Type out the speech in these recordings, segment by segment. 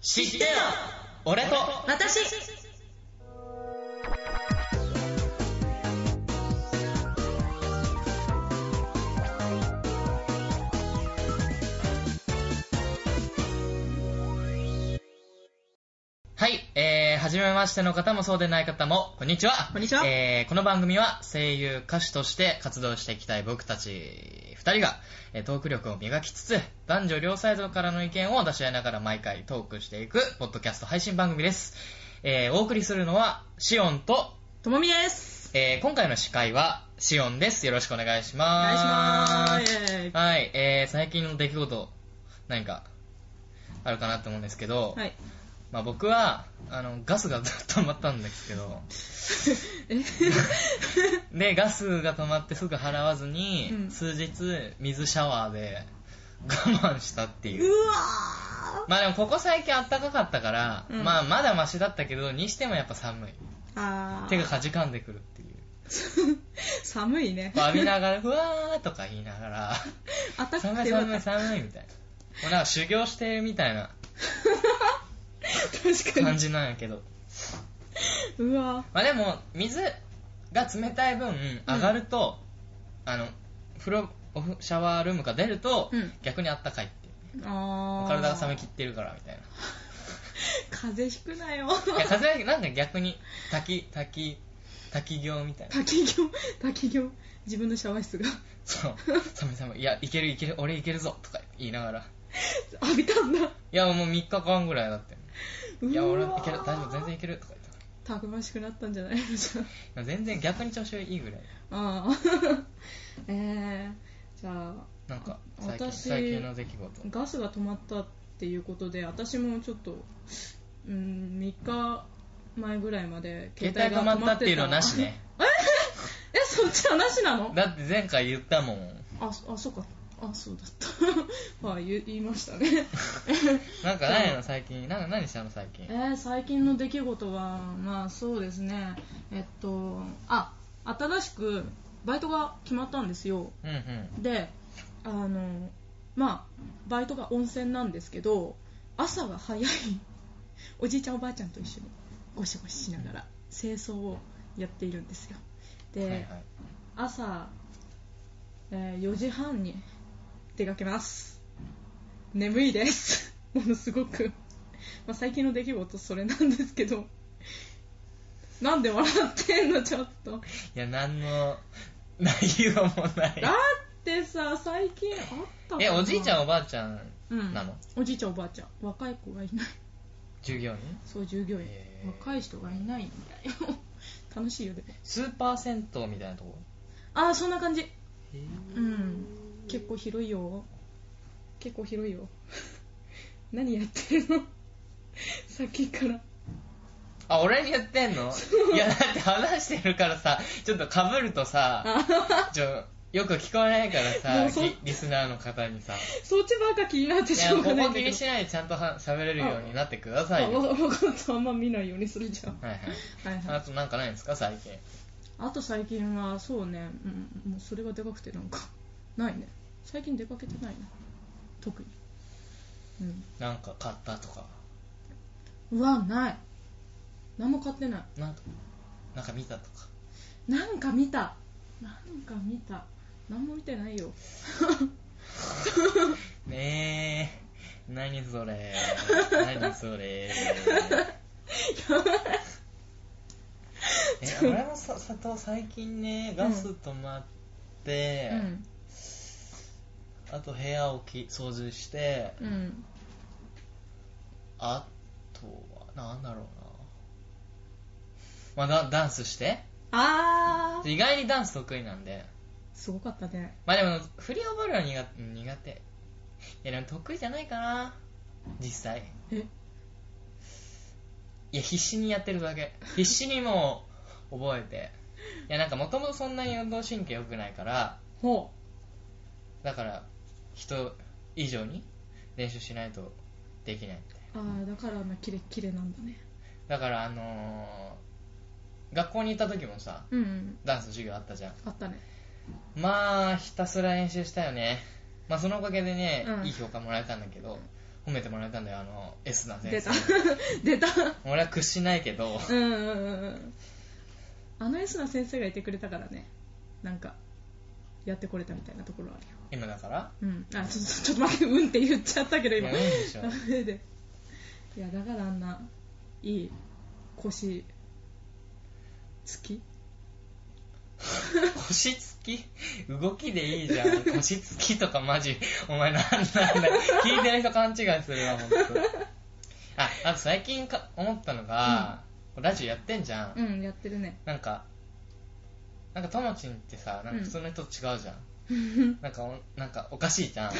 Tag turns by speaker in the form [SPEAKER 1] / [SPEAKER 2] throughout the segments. [SPEAKER 1] 知ってよ俺と
[SPEAKER 2] 私
[SPEAKER 1] はい、えー、はじめましての方もそうでない方も、こんにちは
[SPEAKER 2] こんにちは
[SPEAKER 1] えー、この番組は声優、歌手として活動していきたい僕たち二人が、えートーク力を磨きつつ、男女両サイドからの意見を出し合いながら毎回トークしていく、ポッドキャスト配信番組です。えー、お送りするのは、シオンと、
[SPEAKER 2] ともみです
[SPEAKER 1] えー、今回の司会は、シオンです。よろしくお願いし
[SPEAKER 2] お願いしま
[SPEAKER 1] ます。
[SPEAKER 2] すイエーイ
[SPEAKER 1] はい、えー、最近の出来事、何か、あるかなと思うんですけど、
[SPEAKER 2] はい
[SPEAKER 1] まあ、僕はあのガスが溜まったんですけ ど
[SPEAKER 2] え
[SPEAKER 1] でガスが溜まってすぐ払わずに、
[SPEAKER 2] うん
[SPEAKER 1] 数日水シャワーで我慢したっていうう
[SPEAKER 2] わー
[SPEAKER 1] まあでもここ最近あったかかったから、
[SPEAKER 2] うん
[SPEAKER 1] まあまだマシだったけどにしてもやっぱ寒い
[SPEAKER 2] あー
[SPEAKER 1] 手がかじかんでくるっていう
[SPEAKER 2] 寒いね
[SPEAKER 1] こう浴びながら「ふわー」とか言いなが ら
[SPEAKER 2] あ
[SPEAKER 1] 「
[SPEAKER 2] ったかく
[SPEAKER 1] 寒い
[SPEAKER 2] てよかった
[SPEAKER 1] 寒い寒い」みたいなもうなんか修行してるみたいな
[SPEAKER 2] 確か
[SPEAKER 1] 感
[SPEAKER 2] に
[SPEAKER 1] じなんやけど
[SPEAKER 2] うわ
[SPEAKER 1] まあでも水が冷たい分上がると、あの風呂おふシャワールームから出ると、
[SPEAKER 2] うん
[SPEAKER 1] 逆にあったかいっていう
[SPEAKER 2] ーあー
[SPEAKER 1] 体が冷めきってるからみたいな
[SPEAKER 2] 風邪ひくなよ
[SPEAKER 1] いや風邪なんか逆に滝滝滝行みたいな
[SPEAKER 2] 滝行滝行自分のシャワー室が
[SPEAKER 1] そう 寒い寒いいやいけるいける俺いけるぞとか言いながらい
[SPEAKER 2] 浴びたんだ
[SPEAKER 1] やもう3日間ぐらいだって
[SPEAKER 2] うわ
[SPEAKER 1] いや俺いける大丈夫全然いけるとか言って
[SPEAKER 2] たくましくなったんじゃないのじゃ
[SPEAKER 1] た全然逆に調子がいいぐらい
[SPEAKER 2] ああー えー、じゃあ
[SPEAKER 1] なんか最近
[SPEAKER 2] 私
[SPEAKER 1] 最近の出来事
[SPEAKER 2] ガスが止まったっていうことで私もちょっと、うん、3日前ぐらいまで
[SPEAKER 1] 携帯が止まったっていうのはなしね
[SPEAKER 2] えそっちはなしなの
[SPEAKER 1] だって前回言ったもん
[SPEAKER 2] あそあそうかあそうだった はい言言いましたね
[SPEAKER 1] なんか何やの最近なんか何したの最近
[SPEAKER 2] えー最近の出来事はまあそうですねえっとあ新しくバイトが決まったんですよ
[SPEAKER 1] うんうん
[SPEAKER 2] であのまあバイトが温泉なんですけど朝が早い おじいちゃんおばあちゃんと一緒にゴシゴシしながら清掃をやっているんですよで、
[SPEAKER 1] はいはい
[SPEAKER 2] 朝、えー4時半に出かけます眠いです ものすごく、まあ、最近の出来事それなんですけどなんで笑ってんのちょっと
[SPEAKER 1] いや何の内容もない
[SPEAKER 2] だってさ最近あったかな
[SPEAKER 1] えおじいちゃんおばあちゃん
[SPEAKER 2] うん
[SPEAKER 1] なの
[SPEAKER 2] おじいちゃんおばあちゃん若い子がいない
[SPEAKER 1] 従業員
[SPEAKER 2] そう従業員
[SPEAKER 1] へー
[SPEAKER 2] 若い人がいないんだよ楽しいよね
[SPEAKER 1] スーパー銭湯みたいなとこ
[SPEAKER 2] ああそんな感じ
[SPEAKER 1] へえ
[SPEAKER 2] うん結構広いよ結構広いよ 何やってるの さっきから
[SPEAKER 1] あ俺に言ってん のいやだって話してるからさちょっとかぶるとさちょよく聞こえないからさ
[SPEAKER 2] もうそ
[SPEAKER 1] リリスナーの方にさい
[SPEAKER 2] そっちばっか気になってし
[SPEAKER 1] や
[SPEAKER 2] ょう
[SPEAKER 1] こ
[SPEAKER 2] がない
[SPEAKER 1] こ
[SPEAKER 2] んだ
[SPEAKER 1] 気
[SPEAKER 2] け
[SPEAKER 1] に
[SPEAKER 2] ど
[SPEAKER 1] しないでちゃんとは喋れるようになってくださいよはい
[SPEAKER 2] あわわかったあんま見ないようにするじゃん
[SPEAKER 1] はい
[SPEAKER 2] はいは
[SPEAKER 1] あ
[SPEAKER 2] い
[SPEAKER 1] となんかないんですか最近
[SPEAKER 2] あと最近はそうね、うん、もうそれがでかくてなんかないね最近出かけてないな特にうん
[SPEAKER 1] なんか買ったとか
[SPEAKER 2] うわない何も買ってない
[SPEAKER 1] なんかなんか見たとか
[SPEAKER 2] なんか見たなんか見た何も見てないよ
[SPEAKER 1] ねえ何そ れ何それえ俺もさ佐藤最近ねガス止まって、
[SPEAKER 2] うん
[SPEAKER 1] あと部屋をき掃除して
[SPEAKER 2] うん
[SPEAKER 1] あとはなんだろうな、まあ、ダダンスして
[SPEAKER 2] あー
[SPEAKER 1] 意外にダンス得意なんです
[SPEAKER 2] ごかったね
[SPEAKER 1] まあでも振り覚えるのは苦手苦手いやでも得意じゃないかな実際
[SPEAKER 2] え
[SPEAKER 1] いや必死にやってるだけ必死にもう覚えていやなんかもともとそんなに運動神経良くないから
[SPEAKER 2] ほ
[SPEAKER 1] だから人以上に練習しないとできないみたいう
[SPEAKER 2] あーだからあのキレッキレなんだね
[SPEAKER 1] なだからあのー学校に行った時もさ
[SPEAKER 2] うん、うん、
[SPEAKER 1] ダンス授業あったじゃん
[SPEAKER 2] あったね
[SPEAKER 1] まあひたすら練習したよねまあそのおかげでね、
[SPEAKER 2] うん
[SPEAKER 1] いい評価もらえたんだけど褒めてもらえたんだよあの S な
[SPEAKER 2] 出
[SPEAKER 1] 先
[SPEAKER 2] た
[SPEAKER 1] 生
[SPEAKER 2] 出た
[SPEAKER 1] 俺は屈しないけど
[SPEAKER 2] うんうんうんうんあの S な先生がいてくれたからねなんかやってこれたみたいなところはあるよ
[SPEAKER 1] 今だから
[SPEAKER 2] うん、あちょちょちょっと待ってうんって言っちゃったけど今
[SPEAKER 1] いやいいでしょ
[SPEAKER 2] ダメでいやだからあんないい腰つき
[SPEAKER 1] 腰つき動きでいいじゃん腰つきとかマジお前なんなんだ聞いてる人勘違いするわ本当。ああと最近か思ったのが、ラジオやってんじゃん、
[SPEAKER 2] うんやってるね
[SPEAKER 1] なんかなんかともちんってさなんか普通の人と違うじゃん、 なんかおなんかおかしいじゃん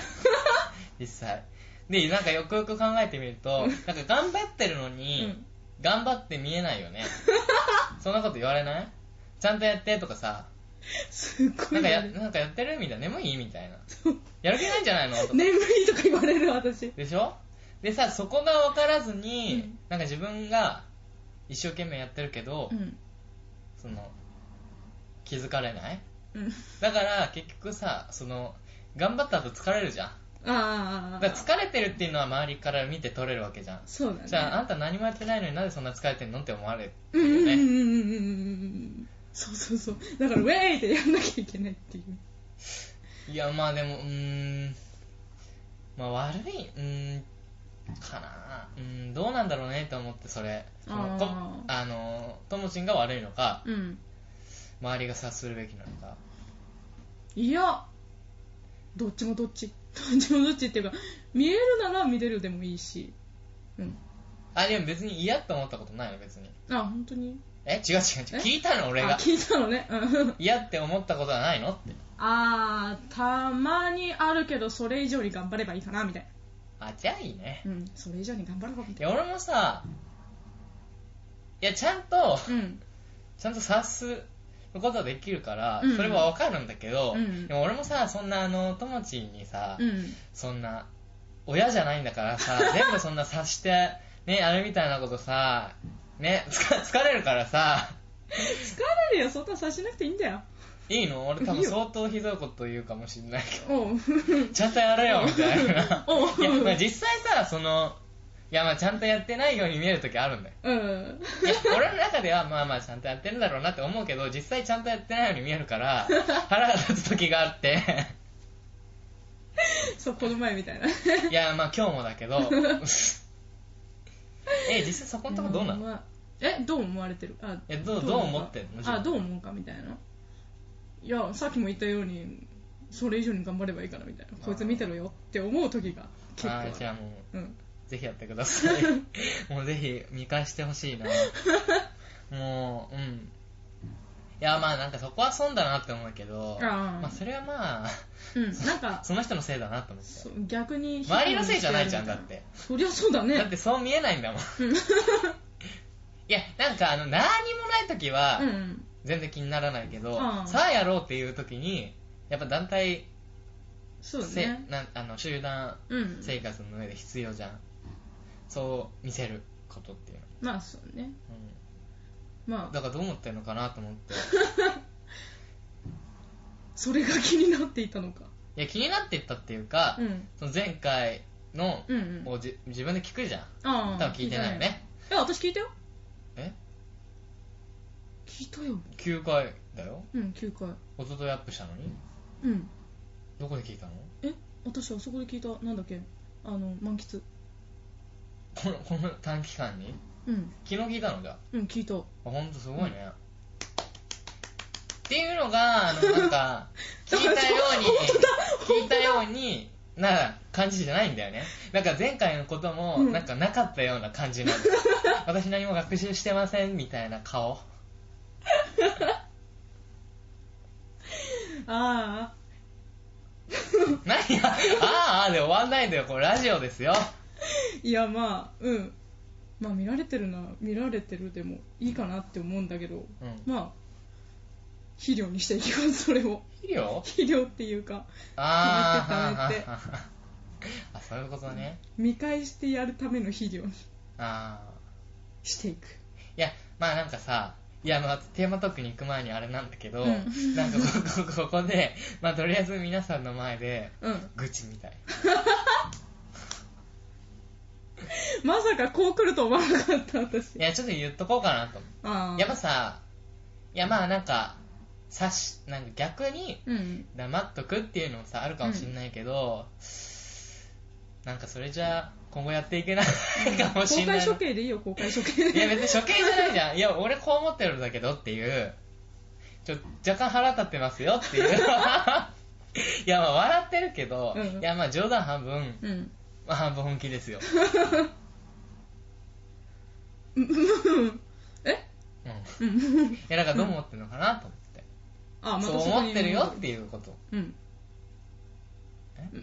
[SPEAKER 1] 実際でなんかよくよく考えてみるとなんか頑張ってるのに、
[SPEAKER 2] うん
[SPEAKER 1] 頑張って見えないよね そんなこと言われないちゃんとやってとかさ
[SPEAKER 2] すご
[SPEAKER 1] ないんか
[SPEAKER 2] ね
[SPEAKER 1] やなんかやってるみたいな眠いみたいなやる気ないんじゃない のとか
[SPEAKER 2] 眠いとか言われる私
[SPEAKER 1] でしょでさそこが分からずに、
[SPEAKER 2] うん
[SPEAKER 1] なんか自分が一生懸命やってるけど、
[SPEAKER 2] うん
[SPEAKER 1] その気づかれない
[SPEAKER 2] うん
[SPEAKER 1] だから結局さその頑張った後疲れるじゃん
[SPEAKER 2] あ
[SPEAKER 1] だから疲
[SPEAKER 2] あ
[SPEAKER 1] れてるっていうのは周りから見て取れるわけじゃん
[SPEAKER 2] そうだね
[SPEAKER 1] じゃああんた何もやってないのになぜそんな疲れてんのって思われ
[SPEAKER 2] う
[SPEAKER 1] る
[SPEAKER 2] んう
[SPEAKER 1] よ
[SPEAKER 2] んう
[SPEAKER 1] ね
[SPEAKER 2] んうんうんうんうんそうそうそうだからウェーイってやんなきゃいけないっていう
[SPEAKER 1] いやまあでもうーんまあ悪いうーんかなうーんどうなんだろうねと思ってそれそのと
[SPEAKER 2] あ
[SPEAKER 1] あのともちんが悪いのか
[SPEAKER 2] うん
[SPEAKER 1] 周りが察するべきなのか
[SPEAKER 2] いやどっちもどっちどっちもどっちっていうか見えるなら見れるでもいいしうん
[SPEAKER 1] あでも別に嫌と思ったことないの別に
[SPEAKER 2] あ本当に
[SPEAKER 1] え違う違う違う
[SPEAKER 2] え
[SPEAKER 1] 聞いたの俺
[SPEAKER 2] あ
[SPEAKER 1] が
[SPEAKER 2] 聞いたのねうん
[SPEAKER 1] 嫌って思ったことはないのって
[SPEAKER 2] あーたまにあるけどそれ以上に頑張ればいいかなみたい
[SPEAKER 1] あじゃあいいね
[SPEAKER 2] なうんそれ以上に頑張ればみ
[SPEAKER 1] い
[SPEAKER 2] たい
[SPEAKER 1] や俺もさいやちゃんと
[SPEAKER 2] なうん
[SPEAKER 1] ちゃんと察すことはできるから、
[SPEAKER 2] うん
[SPEAKER 1] それはわかるんだけど、
[SPEAKER 2] うん
[SPEAKER 1] でも俺もさそんなあの友達にさ、
[SPEAKER 2] うん
[SPEAKER 1] そんな親じゃないんだから さ全部そんな察してねあれみたいなことさね疲疲れるからさ
[SPEAKER 2] 疲れるよそんな察しなくていいんだよ
[SPEAKER 1] いいの俺多
[SPEAKER 2] い
[SPEAKER 1] 分
[SPEAKER 2] いよ
[SPEAKER 1] 相当ひどいこと言うかもしれないけ
[SPEAKER 2] おう
[SPEAKER 1] どちゃんとやれよみたいな
[SPEAKER 2] おう
[SPEAKER 1] いや、まあ、実際さそのいやまあちゃんとやってないように見える時あるんだよ
[SPEAKER 2] うん
[SPEAKER 1] いや俺の中ではまあまあちゃんとやってるんだろうなって思うけど実際ちゃんとやってないように見えるから 腹が立つ時があって
[SPEAKER 2] そうこの前みたいない
[SPEAKER 1] やまあ今日もだけ どえ実際そこのとこどう なの
[SPEAKER 2] まあえどう思われてるあ
[SPEAKER 1] いやどうどう思ってんの自分
[SPEAKER 2] あどう思うかみたいないやさっきも言ったようにそれ以上に頑張ればいいからみたいな
[SPEAKER 1] あー
[SPEAKER 2] こいつ見てろよって思う時が結構
[SPEAKER 1] あ
[SPEAKER 2] ある
[SPEAKER 1] ーじゃあもう
[SPEAKER 2] うん、
[SPEAKER 1] ぜひやってくださ いもうぜひ見返してほしいなもううんいやまあなんかそこは損だなって思うけど
[SPEAKER 2] あー
[SPEAKER 1] まあそれはまあ
[SPEAKER 2] うん、なんか
[SPEAKER 1] その人のせいだなと思って
[SPEAKER 2] そ逆に
[SPEAKER 1] 周りのせいじゃないじゃんだって
[SPEAKER 2] そりゃそうだね
[SPEAKER 1] だってそう見え ないんだもんいやなんかあの何もない時は
[SPEAKER 2] うんうん
[SPEAKER 1] 全然気にならないけど、
[SPEAKER 2] うん
[SPEAKER 1] さあやろうっていう時にやっぱ団体
[SPEAKER 2] そうだ
[SPEAKER 1] せ
[SPEAKER 2] ね
[SPEAKER 1] なんあの集団
[SPEAKER 2] うん
[SPEAKER 1] 生活の上で必要じゃん、そう見せることっていうの、
[SPEAKER 2] まあそうね
[SPEAKER 1] う
[SPEAKER 2] ま
[SPEAKER 1] ん、
[SPEAKER 2] あ
[SPEAKER 1] だからどう思ってるのかなと思って
[SPEAKER 2] それが気になっていたのか
[SPEAKER 1] いや気になってったっていうか、
[SPEAKER 2] うん
[SPEAKER 1] その前回の
[SPEAKER 2] うんうん
[SPEAKER 1] をじ自分で聞くじゃん
[SPEAKER 2] あ
[SPEAKER 1] 多
[SPEAKER 2] あ
[SPEAKER 1] 分聞いてないよね
[SPEAKER 2] いや私聞いたよ
[SPEAKER 1] え
[SPEAKER 2] 聞いたよ
[SPEAKER 1] 9回だよ
[SPEAKER 2] うん9回
[SPEAKER 1] 一昨日アップしたのに
[SPEAKER 2] うん
[SPEAKER 1] どこで聞いたの
[SPEAKER 2] え私あそこで聞いたなんだっけあの満喫
[SPEAKER 1] このこの短期間に
[SPEAKER 2] うん
[SPEAKER 1] 昨日聞いたのじゃあ
[SPEAKER 2] うん聞いた
[SPEAKER 1] ほんとすごいね、っていうのがあのなん か聞いたように聞いたようにな感じじゃないんだよねなんか前回のことも
[SPEAKER 2] うん
[SPEAKER 1] なんかなかったような感じなん です、私何も学習してませんみたいな顔
[SPEAKER 2] ああ
[SPEAKER 1] 何やあーあーで終わんないんだよこれラジオですよ
[SPEAKER 2] いやまあうんまあ見られてるな見られてるでもいいかなって思うんだけど
[SPEAKER 1] うん
[SPEAKER 2] まあ肥料にしていきます それを
[SPEAKER 1] いい よ
[SPEAKER 2] 肥料っていうか
[SPEAKER 1] あ
[SPEAKER 2] 溜めて溜
[SPEAKER 1] ああそういうことね
[SPEAKER 2] 見返してやるための肥料に
[SPEAKER 1] ああ
[SPEAKER 2] していく
[SPEAKER 1] いやまあなんかさいやまあテーマトークに行く前にあれなんだけど、
[SPEAKER 2] うん
[SPEAKER 1] なんかここここで、 まあ、とりあえず皆さんの前で
[SPEAKER 2] うん
[SPEAKER 1] 愚痴みたい
[SPEAKER 2] まさかこう来ると思わなかった私
[SPEAKER 1] いや、ちょっと言っとこうかなと思
[SPEAKER 2] あ
[SPEAKER 1] う。
[SPEAKER 2] あ
[SPEAKER 1] やっぱさ、いや、まあなんか、さし、なんか逆に
[SPEAKER 2] うん
[SPEAKER 1] 黙っとくっていうのもさ、あるかもしんないけど、なんかそれじゃ、今後やっていけない かもし
[SPEAKER 2] 公
[SPEAKER 1] んな
[SPEAKER 2] 開
[SPEAKER 1] い。
[SPEAKER 2] 処刑でいいよ公開処刑
[SPEAKER 1] いや、
[SPEAKER 2] で
[SPEAKER 1] 別に処刑じゃないじゃん。いや、俺こう思ってるんだけどっていう、ちょ、若干腹立ってますよっていう。 いや、まあ笑ってるけど、
[SPEAKER 2] うん
[SPEAKER 1] いや、まあ冗談半分、
[SPEAKER 2] うん
[SPEAKER 1] まあ半分本気ですよ。
[SPEAKER 2] え
[SPEAKER 1] うん。
[SPEAKER 2] うん
[SPEAKER 1] いや、なんかどう思ってるのかなと思って。
[SPEAKER 2] あまた
[SPEAKER 1] そう
[SPEAKER 2] こに
[SPEAKER 1] 思ってるよっていうこと。
[SPEAKER 2] うん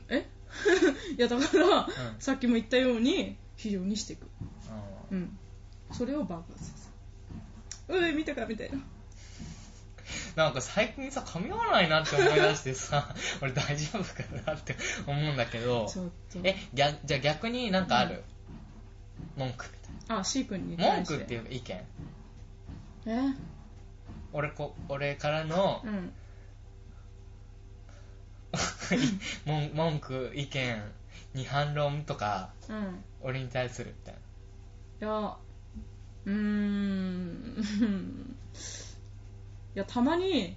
[SPEAKER 2] え いやだから、
[SPEAKER 1] うん
[SPEAKER 2] さっきも言ったように非常にしていく
[SPEAKER 1] う
[SPEAKER 2] うんんそれを爆発させるうえ見たかみたいな
[SPEAKER 1] なんか最近さ、噛み合わないなって思い出してさ、 俺大丈夫かなって思うんだけど
[SPEAKER 2] ち、ょっと
[SPEAKER 1] え、逆じゃあ逆になんかある、文句み
[SPEAKER 2] あ C 君に
[SPEAKER 1] たいな。文
[SPEAKER 2] 対して
[SPEAKER 1] 句っていうか意見。
[SPEAKER 2] え
[SPEAKER 1] 俺こ、俺からの
[SPEAKER 2] う、ん
[SPEAKER 1] 文文句、意見に反論とか、
[SPEAKER 2] うん
[SPEAKER 1] 俺に対するみたいな。
[SPEAKER 2] いやうーん いやたまに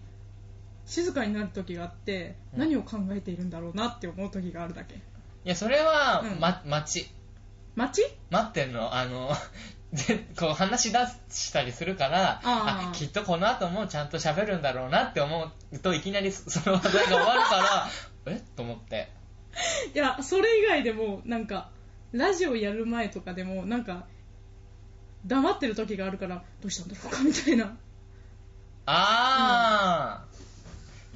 [SPEAKER 2] 静かになる時があって、
[SPEAKER 1] うん
[SPEAKER 2] 何を考えているんだろうなって思う時があるだけ
[SPEAKER 1] いや、それは、
[SPEAKER 2] うん
[SPEAKER 1] ま、待ち。
[SPEAKER 2] 街
[SPEAKER 1] 待ってんの、あの、 でこう話し出したりするから、
[SPEAKER 2] あー
[SPEAKER 1] あきっとこの後もちゃんと喋るんだろうなって思うといきなりそ その話題が終わるから えっと思って
[SPEAKER 2] いやそれ以外でもなんかラジオやる前とかでもなんか黙ってる時があるからどうしたんだろうかみたいな
[SPEAKER 1] ああ、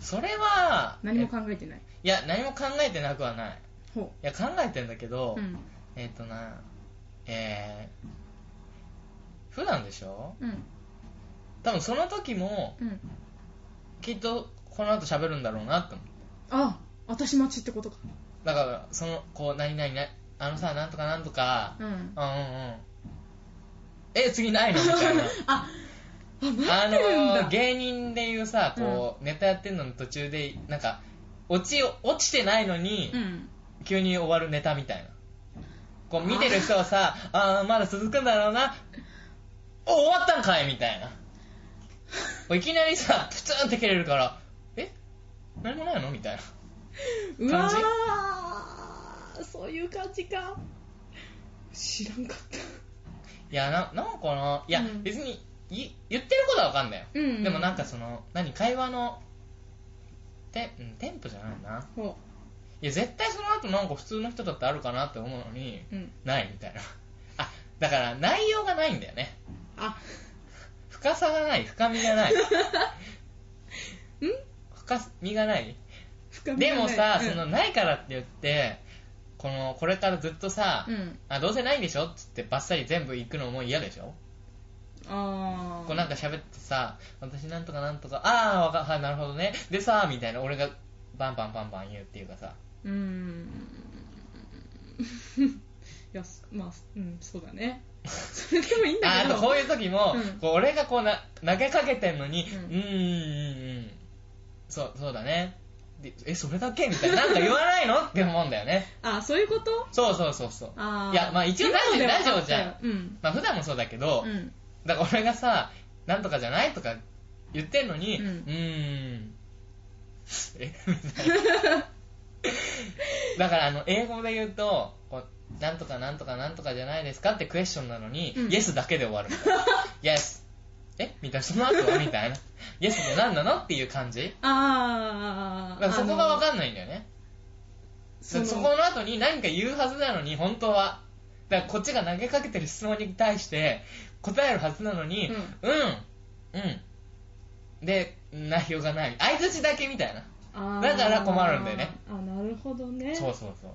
[SPEAKER 1] それは
[SPEAKER 2] 何も考
[SPEAKER 1] え
[SPEAKER 2] えてない
[SPEAKER 1] いや何も考えてなくはない
[SPEAKER 2] ほ
[SPEAKER 1] いや考えてんだけど、
[SPEAKER 2] ううん
[SPEAKER 1] えっ、となえー、普段でしょ
[SPEAKER 2] うん
[SPEAKER 1] 多分その時も
[SPEAKER 2] うん
[SPEAKER 1] きっとこの後喋るんだろうなって思う
[SPEAKER 2] あ私待ちってことか
[SPEAKER 1] だからそのこう何々なあのさなんとかなんとか
[SPEAKER 2] うん
[SPEAKER 1] うんうんうんえ次ないのみたい な
[SPEAKER 2] ああ待ってるん
[SPEAKER 1] あ
[SPEAKER 2] だ、
[SPEAKER 1] の芸人でいうさこう、ネタやってんのの途中でなんか落ちを落ちてないのに、
[SPEAKER 2] うん
[SPEAKER 1] 急に終わるネタみたいなこう見てる人はさああーまだ続くんだろうなお終わったんかいみたいなこういきなりさプツンって切れるからえ何もないのみたいな
[SPEAKER 2] う
[SPEAKER 1] 感
[SPEAKER 2] わ
[SPEAKER 1] じ
[SPEAKER 2] ーそういう感じか知らんかっ
[SPEAKER 1] いやななんかないや、
[SPEAKER 2] うん
[SPEAKER 1] 別にい言ってることはわかんないよ、
[SPEAKER 2] たうん
[SPEAKER 1] でもなんかその何会話のて、うん、テンポじゃないな
[SPEAKER 2] ほ
[SPEAKER 1] いや絶対その後なんか普通の人だってあるかなって思うのに
[SPEAKER 2] う、うん、
[SPEAKER 1] ないみたいなあだから内容がないんだよね
[SPEAKER 2] あ
[SPEAKER 1] 深さがない深みが ない
[SPEAKER 2] ん
[SPEAKER 1] 深みがない
[SPEAKER 2] 深み
[SPEAKER 1] で
[SPEAKER 2] がない
[SPEAKER 1] もさ、
[SPEAKER 2] うん
[SPEAKER 1] そのないからって言ってこのこれからずっとさ、
[SPEAKER 2] うん
[SPEAKER 1] あどうせないんでしょっつってバッサリ全部行くのも嫌でしょ
[SPEAKER 2] あ
[SPEAKER 1] こうなんか喋ってさ、私なんとかなんとか、ああ、わか、はい、なるほどね。でさ、みたいな、俺がバンバンバンバン言うっていうかさ、
[SPEAKER 2] うーんいやまあうんそう だねそれでもいいんだ
[SPEAKER 1] あー
[SPEAKER 2] けど
[SPEAKER 1] あとこういう時も、
[SPEAKER 2] うん
[SPEAKER 1] こう俺がこうな投げかけてんのに、
[SPEAKER 2] う
[SPEAKER 1] うんん、ん、うん、うん、そう、そうだね。でえ、それだけみたいな、なんか言わないのって思うんだよね。
[SPEAKER 2] あそういうこと
[SPEAKER 1] そうそうそうそう。
[SPEAKER 2] あー
[SPEAKER 1] いやまあ一応ラジオ
[SPEAKER 2] 今ので分かったよ
[SPEAKER 1] ラジオじゃん
[SPEAKER 2] うん
[SPEAKER 1] まあ普段もそうだけど、
[SPEAKER 2] うん
[SPEAKER 1] だから俺がさ、なんとかじゃないとか言ってんのに、
[SPEAKER 2] う
[SPEAKER 1] うんん、ん、えみたいな。 だからあの、英語で言うと、こうなんとかなんとかなんとかじゃないですかってクエスチョンなのに、
[SPEAKER 2] うん
[SPEAKER 1] イエスだけで終 わるみたいな。イエス。えみたいな、その後はみたいな。イエスって何なのっていう感じ。だ
[SPEAKER 2] あー
[SPEAKER 1] からそこが分
[SPEAKER 2] あの
[SPEAKER 1] かんないんだよね。
[SPEAKER 2] そ
[SPEAKER 1] そ
[SPEAKER 2] の
[SPEAKER 1] この後に何か言うはずなのに、本当は。だからこっちが投げかけてる質問に対して答えるはずなのに、
[SPEAKER 2] う
[SPEAKER 1] うんん、うん。で、内容がない。相槌だけみたいな。
[SPEAKER 2] あー
[SPEAKER 1] だから困るんだよね
[SPEAKER 2] あなるほどね
[SPEAKER 1] そうそうそ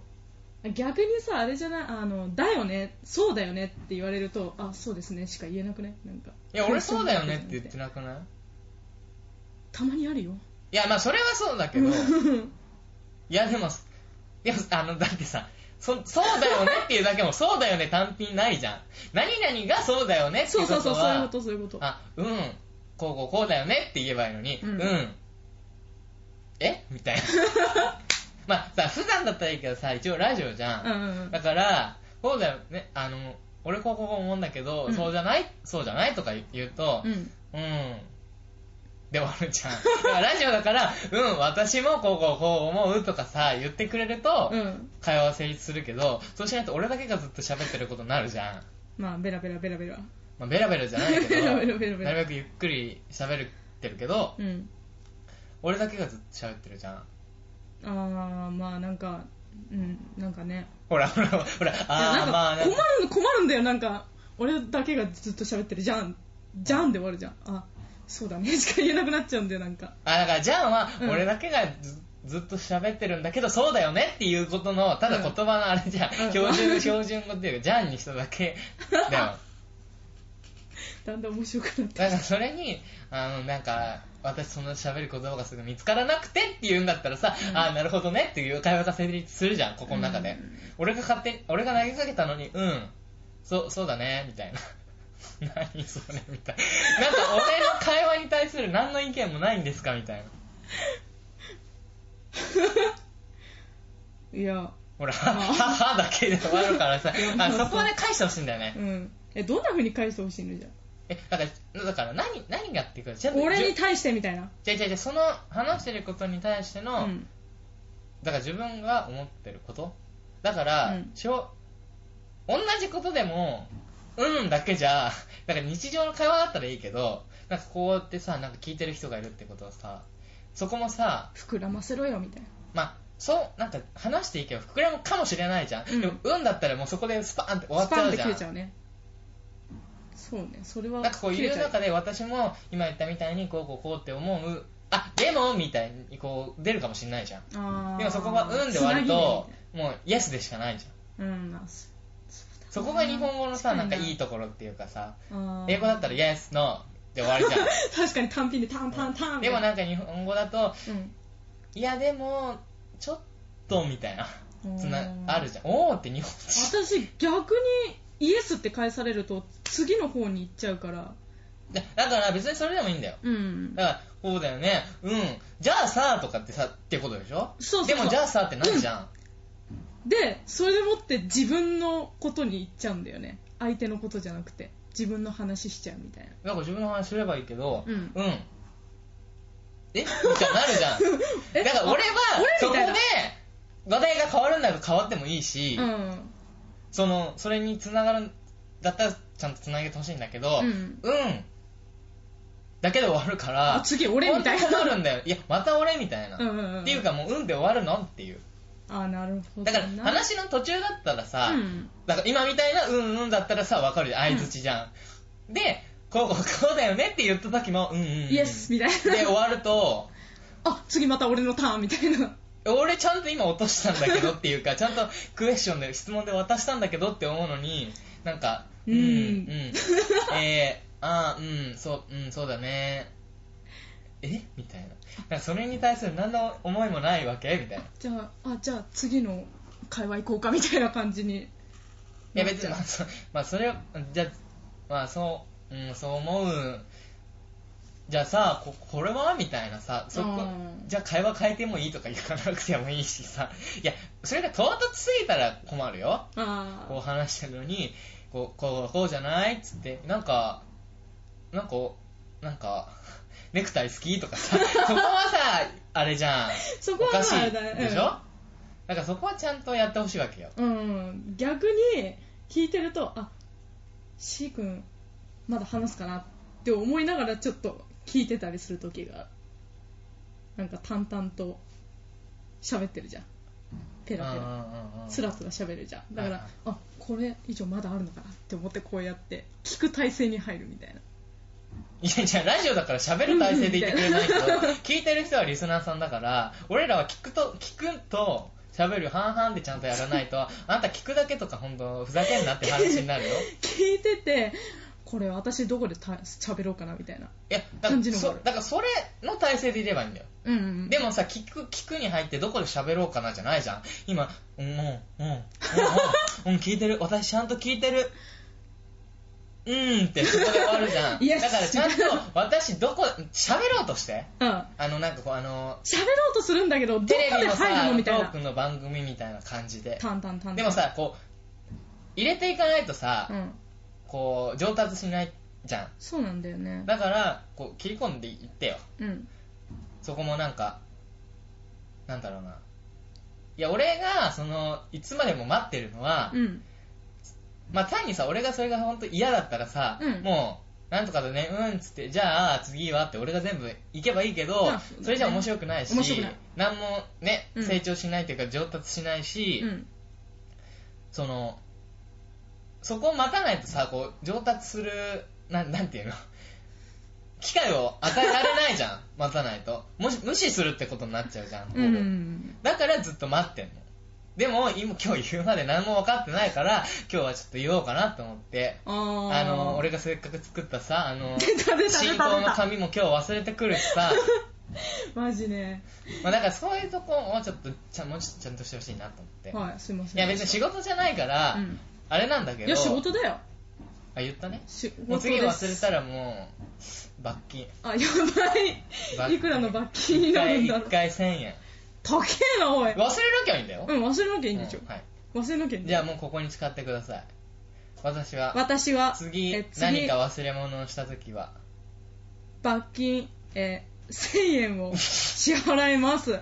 [SPEAKER 1] う。
[SPEAKER 2] 逆にさあれじゃないあのだよねそうだよねって言われるとあそうですねしか言えなくねなんか
[SPEAKER 1] いや、俺そうだよねって言って
[SPEAKER 2] ない
[SPEAKER 1] なく ない
[SPEAKER 2] たまにあるよ
[SPEAKER 1] いや、まあそれはそうだけ ど、いやでも、いや、あの、だってさ、そそうだよねっていうだけも、そうだよね単品ないじゃん。何々がそうだよねって
[SPEAKER 2] そ
[SPEAKER 1] いううこ
[SPEAKER 2] そう
[SPEAKER 1] と
[SPEAKER 2] そうそういうこ
[SPEAKER 1] は、
[SPEAKER 2] とそういうこと
[SPEAKER 1] あ、うん、こうこうこうだよねって言えばいいのに、
[SPEAKER 2] う
[SPEAKER 1] うんん、えみた いな。まあさ、普段だったらいいけどさ、一応ラジオじゃ
[SPEAKER 2] うんうんうん
[SPEAKER 1] だから、そうだよねあの俺ここ思うんだけど、
[SPEAKER 2] うん
[SPEAKER 1] そうじゃないそうじゃないとか言うと
[SPEAKER 2] うん
[SPEAKER 1] うん、で終わるじゃんだからラジオだからうん私もこうこうこう思うとかさ言ってくれると、
[SPEAKER 2] うん
[SPEAKER 1] 会話は成立するけどそうしないと俺だけがずっと喋ってることになるじゃん、
[SPEAKER 2] まあベラベラベラベラ
[SPEAKER 1] まあ、ベラベラじゃないけ
[SPEAKER 2] ベ
[SPEAKER 1] ど
[SPEAKER 2] ラ
[SPEAKER 1] な
[SPEAKER 2] ベ
[SPEAKER 1] る
[SPEAKER 2] ラベラベラ
[SPEAKER 1] べくゆっくり喋ってるけど、
[SPEAKER 2] うん
[SPEAKER 1] 俺だけがずっと喋ってるじゃん
[SPEAKER 2] ああまあなんかうんなんかね
[SPEAKER 1] ほらほらほら
[SPEAKER 2] いや
[SPEAKER 1] あ
[SPEAKER 2] なん
[SPEAKER 1] あ
[SPEAKER 2] か
[SPEAKER 1] まあなん
[SPEAKER 2] 困
[SPEAKER 1] か
[SPEAKER 2] るの困るんだよなんか俺だけがずっと喋ってるじゃんじゃんで終わるじゃんあそうだねしか言えなくなっちゃうんだよなんか
[SPEAKER 1] あだからジャンは
[SPEAKER 2] うん
[SPEAKER 1] 俺だけがず,、ずっと喋ってるんだけどそうだよねっていうことのただ言葉のあれじゃん、
[SPEAKER 2] うん
[SPEAKER 1] 標準標準語っていうかジャンにしただけだ よ
[SPEAKER 2] だんだん面白くなって
[SPEAKER 1] だからそれにあのなんか私そんな喋る言葉がすぐ見つからなくてって言うんだったらさ、
[SPEAKER 2] うん
[SPEAKER 1] ああなるほどねっていう会話が成立するじゃんここの中で、
[SPEAKER 2] うん
[SPEAKER 1] 俺が勝手に俺が投げかけたのにうんそうそうだねみたいな 何それみたいな なんか俺の会話に対する何の意見もないんですかみたいない
[SPEAKER 2] や
[SPEAKER 1] ほら、母だけで終わるからさ、あそこはね、返してほしいんだよね
[SPEAKER 2] う。んえどんな風に返してほしいのじゃ
[SPEAKER 1] え、だから、だから何、何がっていうか、ちゃんと、
[SPEAKER 2] 俺に
[SPEAKER 1] じ
[SPEAKER 2] 対してみたいな
[SPEAKER 1] ゃじゃじゃその話してることに対して
[SPEAKER 2] う
[SPEAKER 1] の、
[SPEAKER 2] ん
[SPEAKER 1] だから自分が思ってること。だから、
[SPEAKER 2] うん
[SPEAKER 1] しょ同じことでも、うんだけじゃ、だから日常の会話だったらいいけど、なんかこうやってさ、なんか聞いてる人がいるってことはさ、そこもさ、
[SPEAKER 2] 膨らませろよみたいな
[SPEAKER 1] まあ、そう、なんか話していけば膨らむかもしれないじゃん。
[SPEAKER 2] うん
[SPEAKER 1] でも、うんだったらもうそこでスパーンって終わっ
[SPEAKER 2] ス
[SPEAKER 1] ちゃ
[SPEAKER 2] パン
[SPEAKER 1] う
[SPEAKER 2] で
[SPEAKER 1] じゃ
[SPEAKER 2] 切
[SPEAKER 1] ん
[SPEAKER 2] れち。ゃうねそうねそれは
[SPEAKER 1] なんかこう
[SPEAKER 2] 切
[SPEAKER 1] い
[SPEAKER 2] れ
[SPEAKER 1] う
[SPEAKER 2] ちゃ
[SPEAKER 1] 中で私も今言ったみたいにこうこうこうって思うあでもみたいにこう出るかもしれないじゃん
[SPEAKER 2] あー
[SPEAKER 1] でもそこが「うん」で終わると
[SPEAKER 2] つなぎね
[SPEAKER 1] もう「イエス」でしかないじゃん
[SPEAKER 2] うんまあそ
[SPEAKER 1] そこが日本語のさ
[SPEAKER 2] 確か
[SPEAKER 1] なん
[SPEAKER 2] に
[SPEAKER 1] かいいところっていうかさ
[SPEAKER 2] あー
[SPEAKER 1] 英語だったら「イエス」「ノー」で終わりじゃ
[SPEAKER 2] 確かに単品でタンタンタン
[SPEAKER 1] んでもなんか日本語だと「
[SPEAKER 2] う
[SPEAKER 1] いやでもちょっと」みたいなんつなあるじゃん「おー」って日本人
[SPEAKER 2] 私逆にイエスって返されると次の方に行っちゃうから
[SPEAKER 1] だだから別にそれでもいいんだよ
[SPEAKER 2] うん
[SPEAKER 1] だからこうだよねうんじゃあさとかってさってことでしょ
[SPEAKER 2] そうそうそう
[SPEAKER 1] でもじゃあさってなるじゃん
[SPEAKER 2] でそれでもって自分のことに行っちゃうんだよね相手のことじゃなくて自分の話しちゃうみたいな
[SPEAKER 1] なんか自分の話すればいいけど、
[SPEAKER 2] うん
[SPEAKER 1] えみたいになるじゃん。
[SPEAKER 2] え
[SPEAKER 1] だから俺は
[SPEAKER 2] あ、
[SPEAKER 1] そ
[SPEAKER 2] 俺
[SPEAKER 1] こで
[SPEAKER 2] みたいな、
[SPEAKER 1] 話題が変わるんだら変わってもいいし、
[SPEAKER 2] うん
[SPEAKER 1] その、それに繋がるんだったらちゃんと繋げてほしいんだけど、
[SPEAKER 2] うん
[SPEAKER 1] だけで終わるから、
[SPEAKER 2] あ次俺みたいな
[SPEAKER 1] 本当に困るんだよ。いや、また俺みたいな。
[SPEAKER 2] うんうんうん
[SPEAKER 1] っていうかもう、うんで終わるのっていう。
[SPEAKER 2] あなるほど
[SPEAKER 1] だから
[SPEAKER 2] な
[SPEAKER 1] 話の途中だったらさ、
[SPEAKER 2] うん
[SPEAKER 1] だから今みたいなうんうんだったらさ分かるじゃん相づちじゃん、でこうこうこうだよねって言った時もうんうん、うん、
[SPEAKER 2] イエスみたいな
[SPEAKER 1] で終わると
[SPEAKER 2] あ次また俺のターンみたいな
[SPEAKER 1] 俺ちゃんと今落としたんだけどっていうかちゃんとクエスチョンで質問で渡したんだけどって思うのになんか
[SPEAKER 2] うん
[SPEAKER 1] うんう んえー、あーうんそううんそうだねえみたいななんかそれに対する何の思いもないわけみたいな
[SPEAKER 2] じゃああじゃあ次の会話行こうかみたいな感じに
[SPEAKER 1] いや別にまあそ,、まあ、それはじゃあまあそう、うん、そう思うじゃあさここれはみたいなさそこ
[SPEAKER 2] うん
[SPEAKER 1] じゃあ会話変えてもいいとか言わなくてもいいしさいやそれが唐突すぎたら困るよ
[SPEAKER 2] あ
[SPEAKER 1] こう話してるのにこうこうこうじゃないっつってなんかなんかなんか ネクタイ好きとか さそこはさあれじゃん
[SPEAKER 2] そこ
[SPEAKER 1] お
[SPEAKER 2] はま
[SPEAKER 1] か
[SPEAKER 2] あ
[SPEAKER 1] し
[SPEAKER 2] あ
[SPEAKER 1] い
[SPEAKER 2] れだね
[SPEAKER 1] でしょ、だからそこはちゃんとやってほしいわけよ
[SPEAKER 2] うん逆に聞いてるとあ C 君まだ話すかなって思いながらちょっと聞いてたりする時がなんか淡々と喋ってるじゃんペラペラ
[SPEAKER 1] ラ
[SPEAKER 2] スラスラ喋るじゃんだ
[SPEAKER 1] は
[SPEAKER 2] か
[SPEAKER 1] い
[SPEAKER 2] ら
[SPEAKER 1] はい
[SPEAKER 2] あこれ以上まだあるのかなって思ってこうやって聞く体勢に入るみたいない
[SPEAKER 1] や、じゃあラジオだから喋る体制で言ってくれないけ ど、聞いてる人はリスナーさんだから、俺らは聞くと、聞くと、喋る半々でちゃんとやらないと、あんた聞くだけとか本当ふざけんなって話になるよ。
[SPEAKER 2] 聞いててこれ私どこでた喋ろうかなみたいない
[SPEAKER 1] や、だか
[SPEAKER 2] 感
[SPEAKER 1] ら
[SPEAKER 2] じの
[SPEAKER 1] そ
[SPEAKER 2] があ
[SPEAKER 1] だ
[SPEAKER 2] る
[SPEAKER 1] からそれの体制でいればいいんだよ。
[SPEAKER 2] うんうん
[SPEAKER 1] でもさ、聞く、聞くに入ってどこで喋ろうかなじゃないじゃん。今、うん、うん、うん、う ん、うんうん、聞いてる。私ちゃんと聞いてる。うんってそこで終わるじゃん。
[SPEAKER 2] イエス
[SPEAKER 1] だからちゃんと私どこ、喋ろうとして。
[SPEAKER 2] うん
[SPEAKER 1] あの、なんかこう、あの、
[SPEAKER 2] 喋ろうとするんだけどどこ
[SPEAKER 1] テレビ
[SPEAKER 2] で
[SPEAKER 1] のさ
[SPEAKER 2] 入るのみ
[SPEAKER 1] ト
[SPEAKER 2] たい
[SPEAKER 1] ー
[SPEAKER 2] な
[SPEAKER 1] クの番組みたいな感じで
[SPEAKER 2] タンタンタン
[SPEAKER 1] でもさこう入れていかないとさ、
[SPEAKER 2] うん
[SPEAKER 1] こう上達しないじゃ
[SPEAKER 2] そうなんだよね
[SPEAKER 1] んだからこう切り込んでいってよ
[SPEAKER 2] うん
[SPEAKER 1] そこもなんかなんだろうないや俺がそのいつまでも待ってるのは、
[SPEAKER 2] うん
[SPEAKER 1] まあ単にさ俺がそれが本当嫌だったらさ、
[SPEAKER 2] うん
[SPEAKER 1] もうなんとかだねうんっつってじゃあ次はって俺が全部行けばいいけど、
[SPEAKER 2] まあ
[SPEAKER 1] それじゃ面白くないし
[SPEAKER 2] 面白くない
[SPEAKER 1] 何もね
[SPEAKER 2] うん
[SPEAKER 1] 成長しないというか上達しないし、
[SPEAKER 2] うん
[SPEAKER 1] そのそこを待たないとさこう上達するなんなんていうの機会を与えられないじゃん待たないともし無視するってことになっちゃうじゃん、
[SPEAKER 2] うんうん
[SPEAKER 1] だからずっと待ってんのでも今今日言うまで何も分かってないから今日はちょっと言おうかなと思って
[SPEAKER 2] あー
[SPEAKER 1] あの俺がせっかく作ったさあ の
[SPEAKER 2] 出た出た
[SPEAKER 1] 進行
[SPEAKER 2] 出た
[SPEAKER 1] の紙も今日忘れてくるし さ
[SPEAKER 2] マジね
[SPEAKER 1] まあだからそういうとこをちょっとちゃんもうちょっとちゃんとしてほしいなと思って、
[SPEAKER 2] はいすいません
[SPEAKER 1] いや別に仕事じゃないから、
[SPEAKER 2] うん
[SPEAKER 1] あれなんだけど
[SPEAKER 2] いや仕事だよ
[SPEAKER 1] あ言ったね
[SPEAKER 2] 仕事です
[SPEAKER 1] もう次忘れたらもう罰金
[SPEAKER 2] あやば
[SPEAKER 1] 罰
[SPEAKER 2] い
[SPEAKER 1] 金
[SPEAKER 2] いくらの罰金になるんだろ
[SPEAKER 1] 1
[SPEAKER 2] う
[SPEAKER 1] 回1回1000円
[SPEAKER 2] 高えなおい
[SPEAKER 1] 忘れなきゃいいんだよ、
[SPEAKER 2] うん忘れなきゃいいんでしょ
[SPEAKER 1] うんはい、
[SPEAKER 2] 忘れなきゃいいんで
[SPEAKER 1] じ
[SPEAKER 2] し
[SPEAKER 1] ゃ
[SPEAKER 2] ょ
[SPEAKER 1] あもうここに使ってください私は
[SPEAKER 2] 私は
[SPEAKER 1] 次
[SPEAKER 2] え
[SPEAKER 1] 何か忘れ物をした時は
[SPEAKER 2] 罰金、えー1000円を支払 います
[SPEAKER 1] い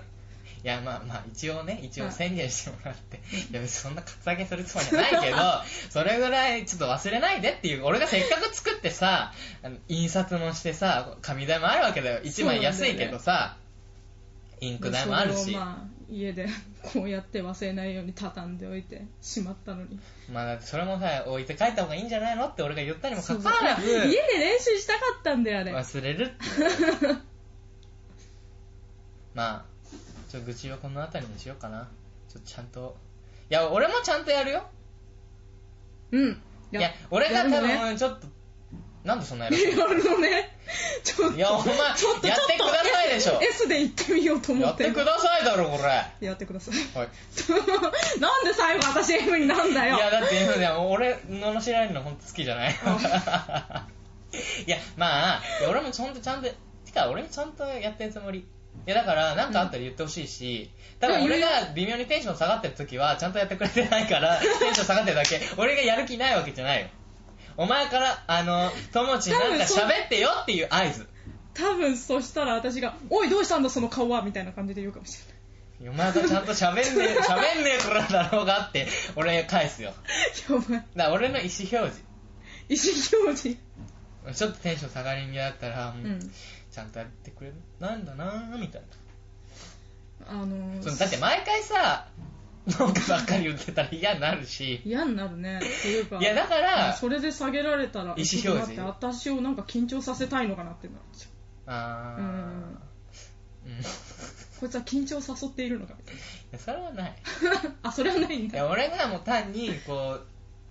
[SPEAKER 1] やまあまあ一応ね一
[SPEAKER 2] は
[SPEAKER 1] 応
[SPEAKER 2] い
[SPEAKER 1] 宣言してもらって、いや別にそんな格下げするつもりはない けどそれぐらいちょっと忘れないでっていう俺がせっかく作ってさあの印刷もしてさ紙代もあるわけだよ一枚安いけどさ、インク代もある
[SPEAKER 2] そ
[SPEAKER 1] し
[SPEAKER 2] れをまあ家で こうやって忘れないように畳んでおいてしまったのに
[SPEAKER 1] まあだってそれもさ置いて帰った方がいいんじゃないのって俺が 言ったにもかかわらず
[SPEAKER 2] 家で練習したかったんだよあれ、
[SPEAKER 1] 忘れるっていうまあちょっと愚痴はこの辺りにしようかなちょっとちゃんといや俺もちゃんとやるよ
[SPEAKER 2] うん
[SPEAKER 1] いや俺が多
[SPEAKER 2] やるの
[SPEAKER 1] 分、
[SPEAKER 2] ね
[SPEAKER 1] ちょっとなんでそんなやる
[SPEAKER 2] やるのねちょっと
[SPEAKER 1] いやお前
[SPEAKER 2] ちょっと
[SPEAKER 1] やってくださいでしょ
[SPEAKER 2] S, S で言ってみようと思
[SPEAKER 1] や
[SPEAKER 2] っ
[SPEAKER 1] っててくださいだろこれは
[SPEAKER 2] やってください
[SPEAKER 1] い
[SPEAKER 2] なんで最後私 F になんだ
[SPEAKER 1] い
[SPEAKER 2] よ
[SPEAKER 1] やだって今でも俺罵られるの本当好きじ ゃないいやまあいや俺もちゃんとちゃんとてか俺もちゃんとやってるつもりいやだから何かあったら言ってほしいし、多分俺が微妙にテンション下がってる時はちゃんとやってくれてないから テンション下がってるだけ俺がやる気ないわけじゃないよお前からあの友達になんか喋ってよっていう合図
[SPEAKER 2] 多分そしたら私が「おいどうしたんだその顔は」みたいな感じで言うかもし
[SPEAKER 1] お前がちゃんと喋んねえ喋んねえからだろうがって俺返すよ
[SPEAKER 2] れないやばい
[SPEAKER 1] だから俺の意思表示
[SPEAKER 2] 意思表示
[SPEAKER 1] ちょっとテンション下がりにだったら、
[SPEAKER 2] う
[SPEAKER 1] もうんちゃんとやってくれるなんだなーみたい
[SPEAKER 2] あの
[SPEAKER 1] な
[SPEAKER 2] ー
[SPEAKER 1] そのだって毎回さ文句ばっかり言ってたら嫌になるし
[SPEAKER 2] 嫌になるねというか
[SPEAKER 1] いやだから
[SPEAKER 2] それで下げられたら
[SPEAKER 1] 意思表示
[SPEAKER 2] ちょっと待って私をなんか緊張させたいのかなってなっちゃう
[SPEAKER 1] あー
[SPEAKER 2] うん
[SPEAKER 1] うん い
[SPEAKER 2] こいつは緊張を誘っているのかみたい
[SPEAKER 1] やそれはない
[SPEAKER 2] なあそれはないん
[SPEAKER 1] い
[SPEAKER 2] だ
[SPEAKER 1] や俺がもう単にこう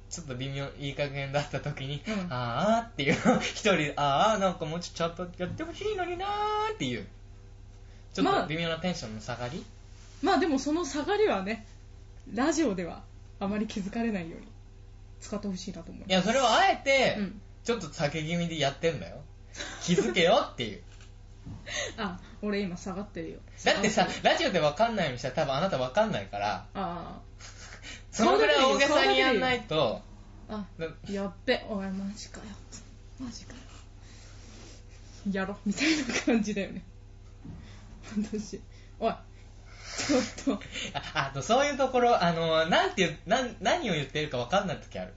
[SPEAKER 1] ちょっと微妙いい加減だった時に、
[SPEAKER 2] うん
[SPEAKER 1] あーっていう一人であーなんかもうちょっとやってほしいのになーっていうちょっ
[SPEAKER 2] まあ
[SPEAKER 1] と微妙なテンションの下がり、
[SPEAKER 2] まあでもその下がりはねラジオではあまり気づかれないように使ってほしいなと思い
[SPEAKER 1] いやそれをあえて、
[SPEAKER 2] うん
[SPEAKER 1] ちょっと酒気味でやってん だよ気づけよっていう
[SPEAKER 2] あ俺今下がってるよ
[SPEAKER 1] だってさラジオで分かんないようにしたら多分あなた分かんないから
[SPEAKER 2] あ
[SPEAKER 1] そのぐらい大げさにやんないと
[SPEAKER 2] ああ
[SPEAKER 1] だ
[SPEAKER 2] やっべおいマジかよマジかよやろみたいな感じだよね私おいちょっと
[SPEAKER 1] ああとそういうところあのなんていうなん何を言ってるか分かんない時ある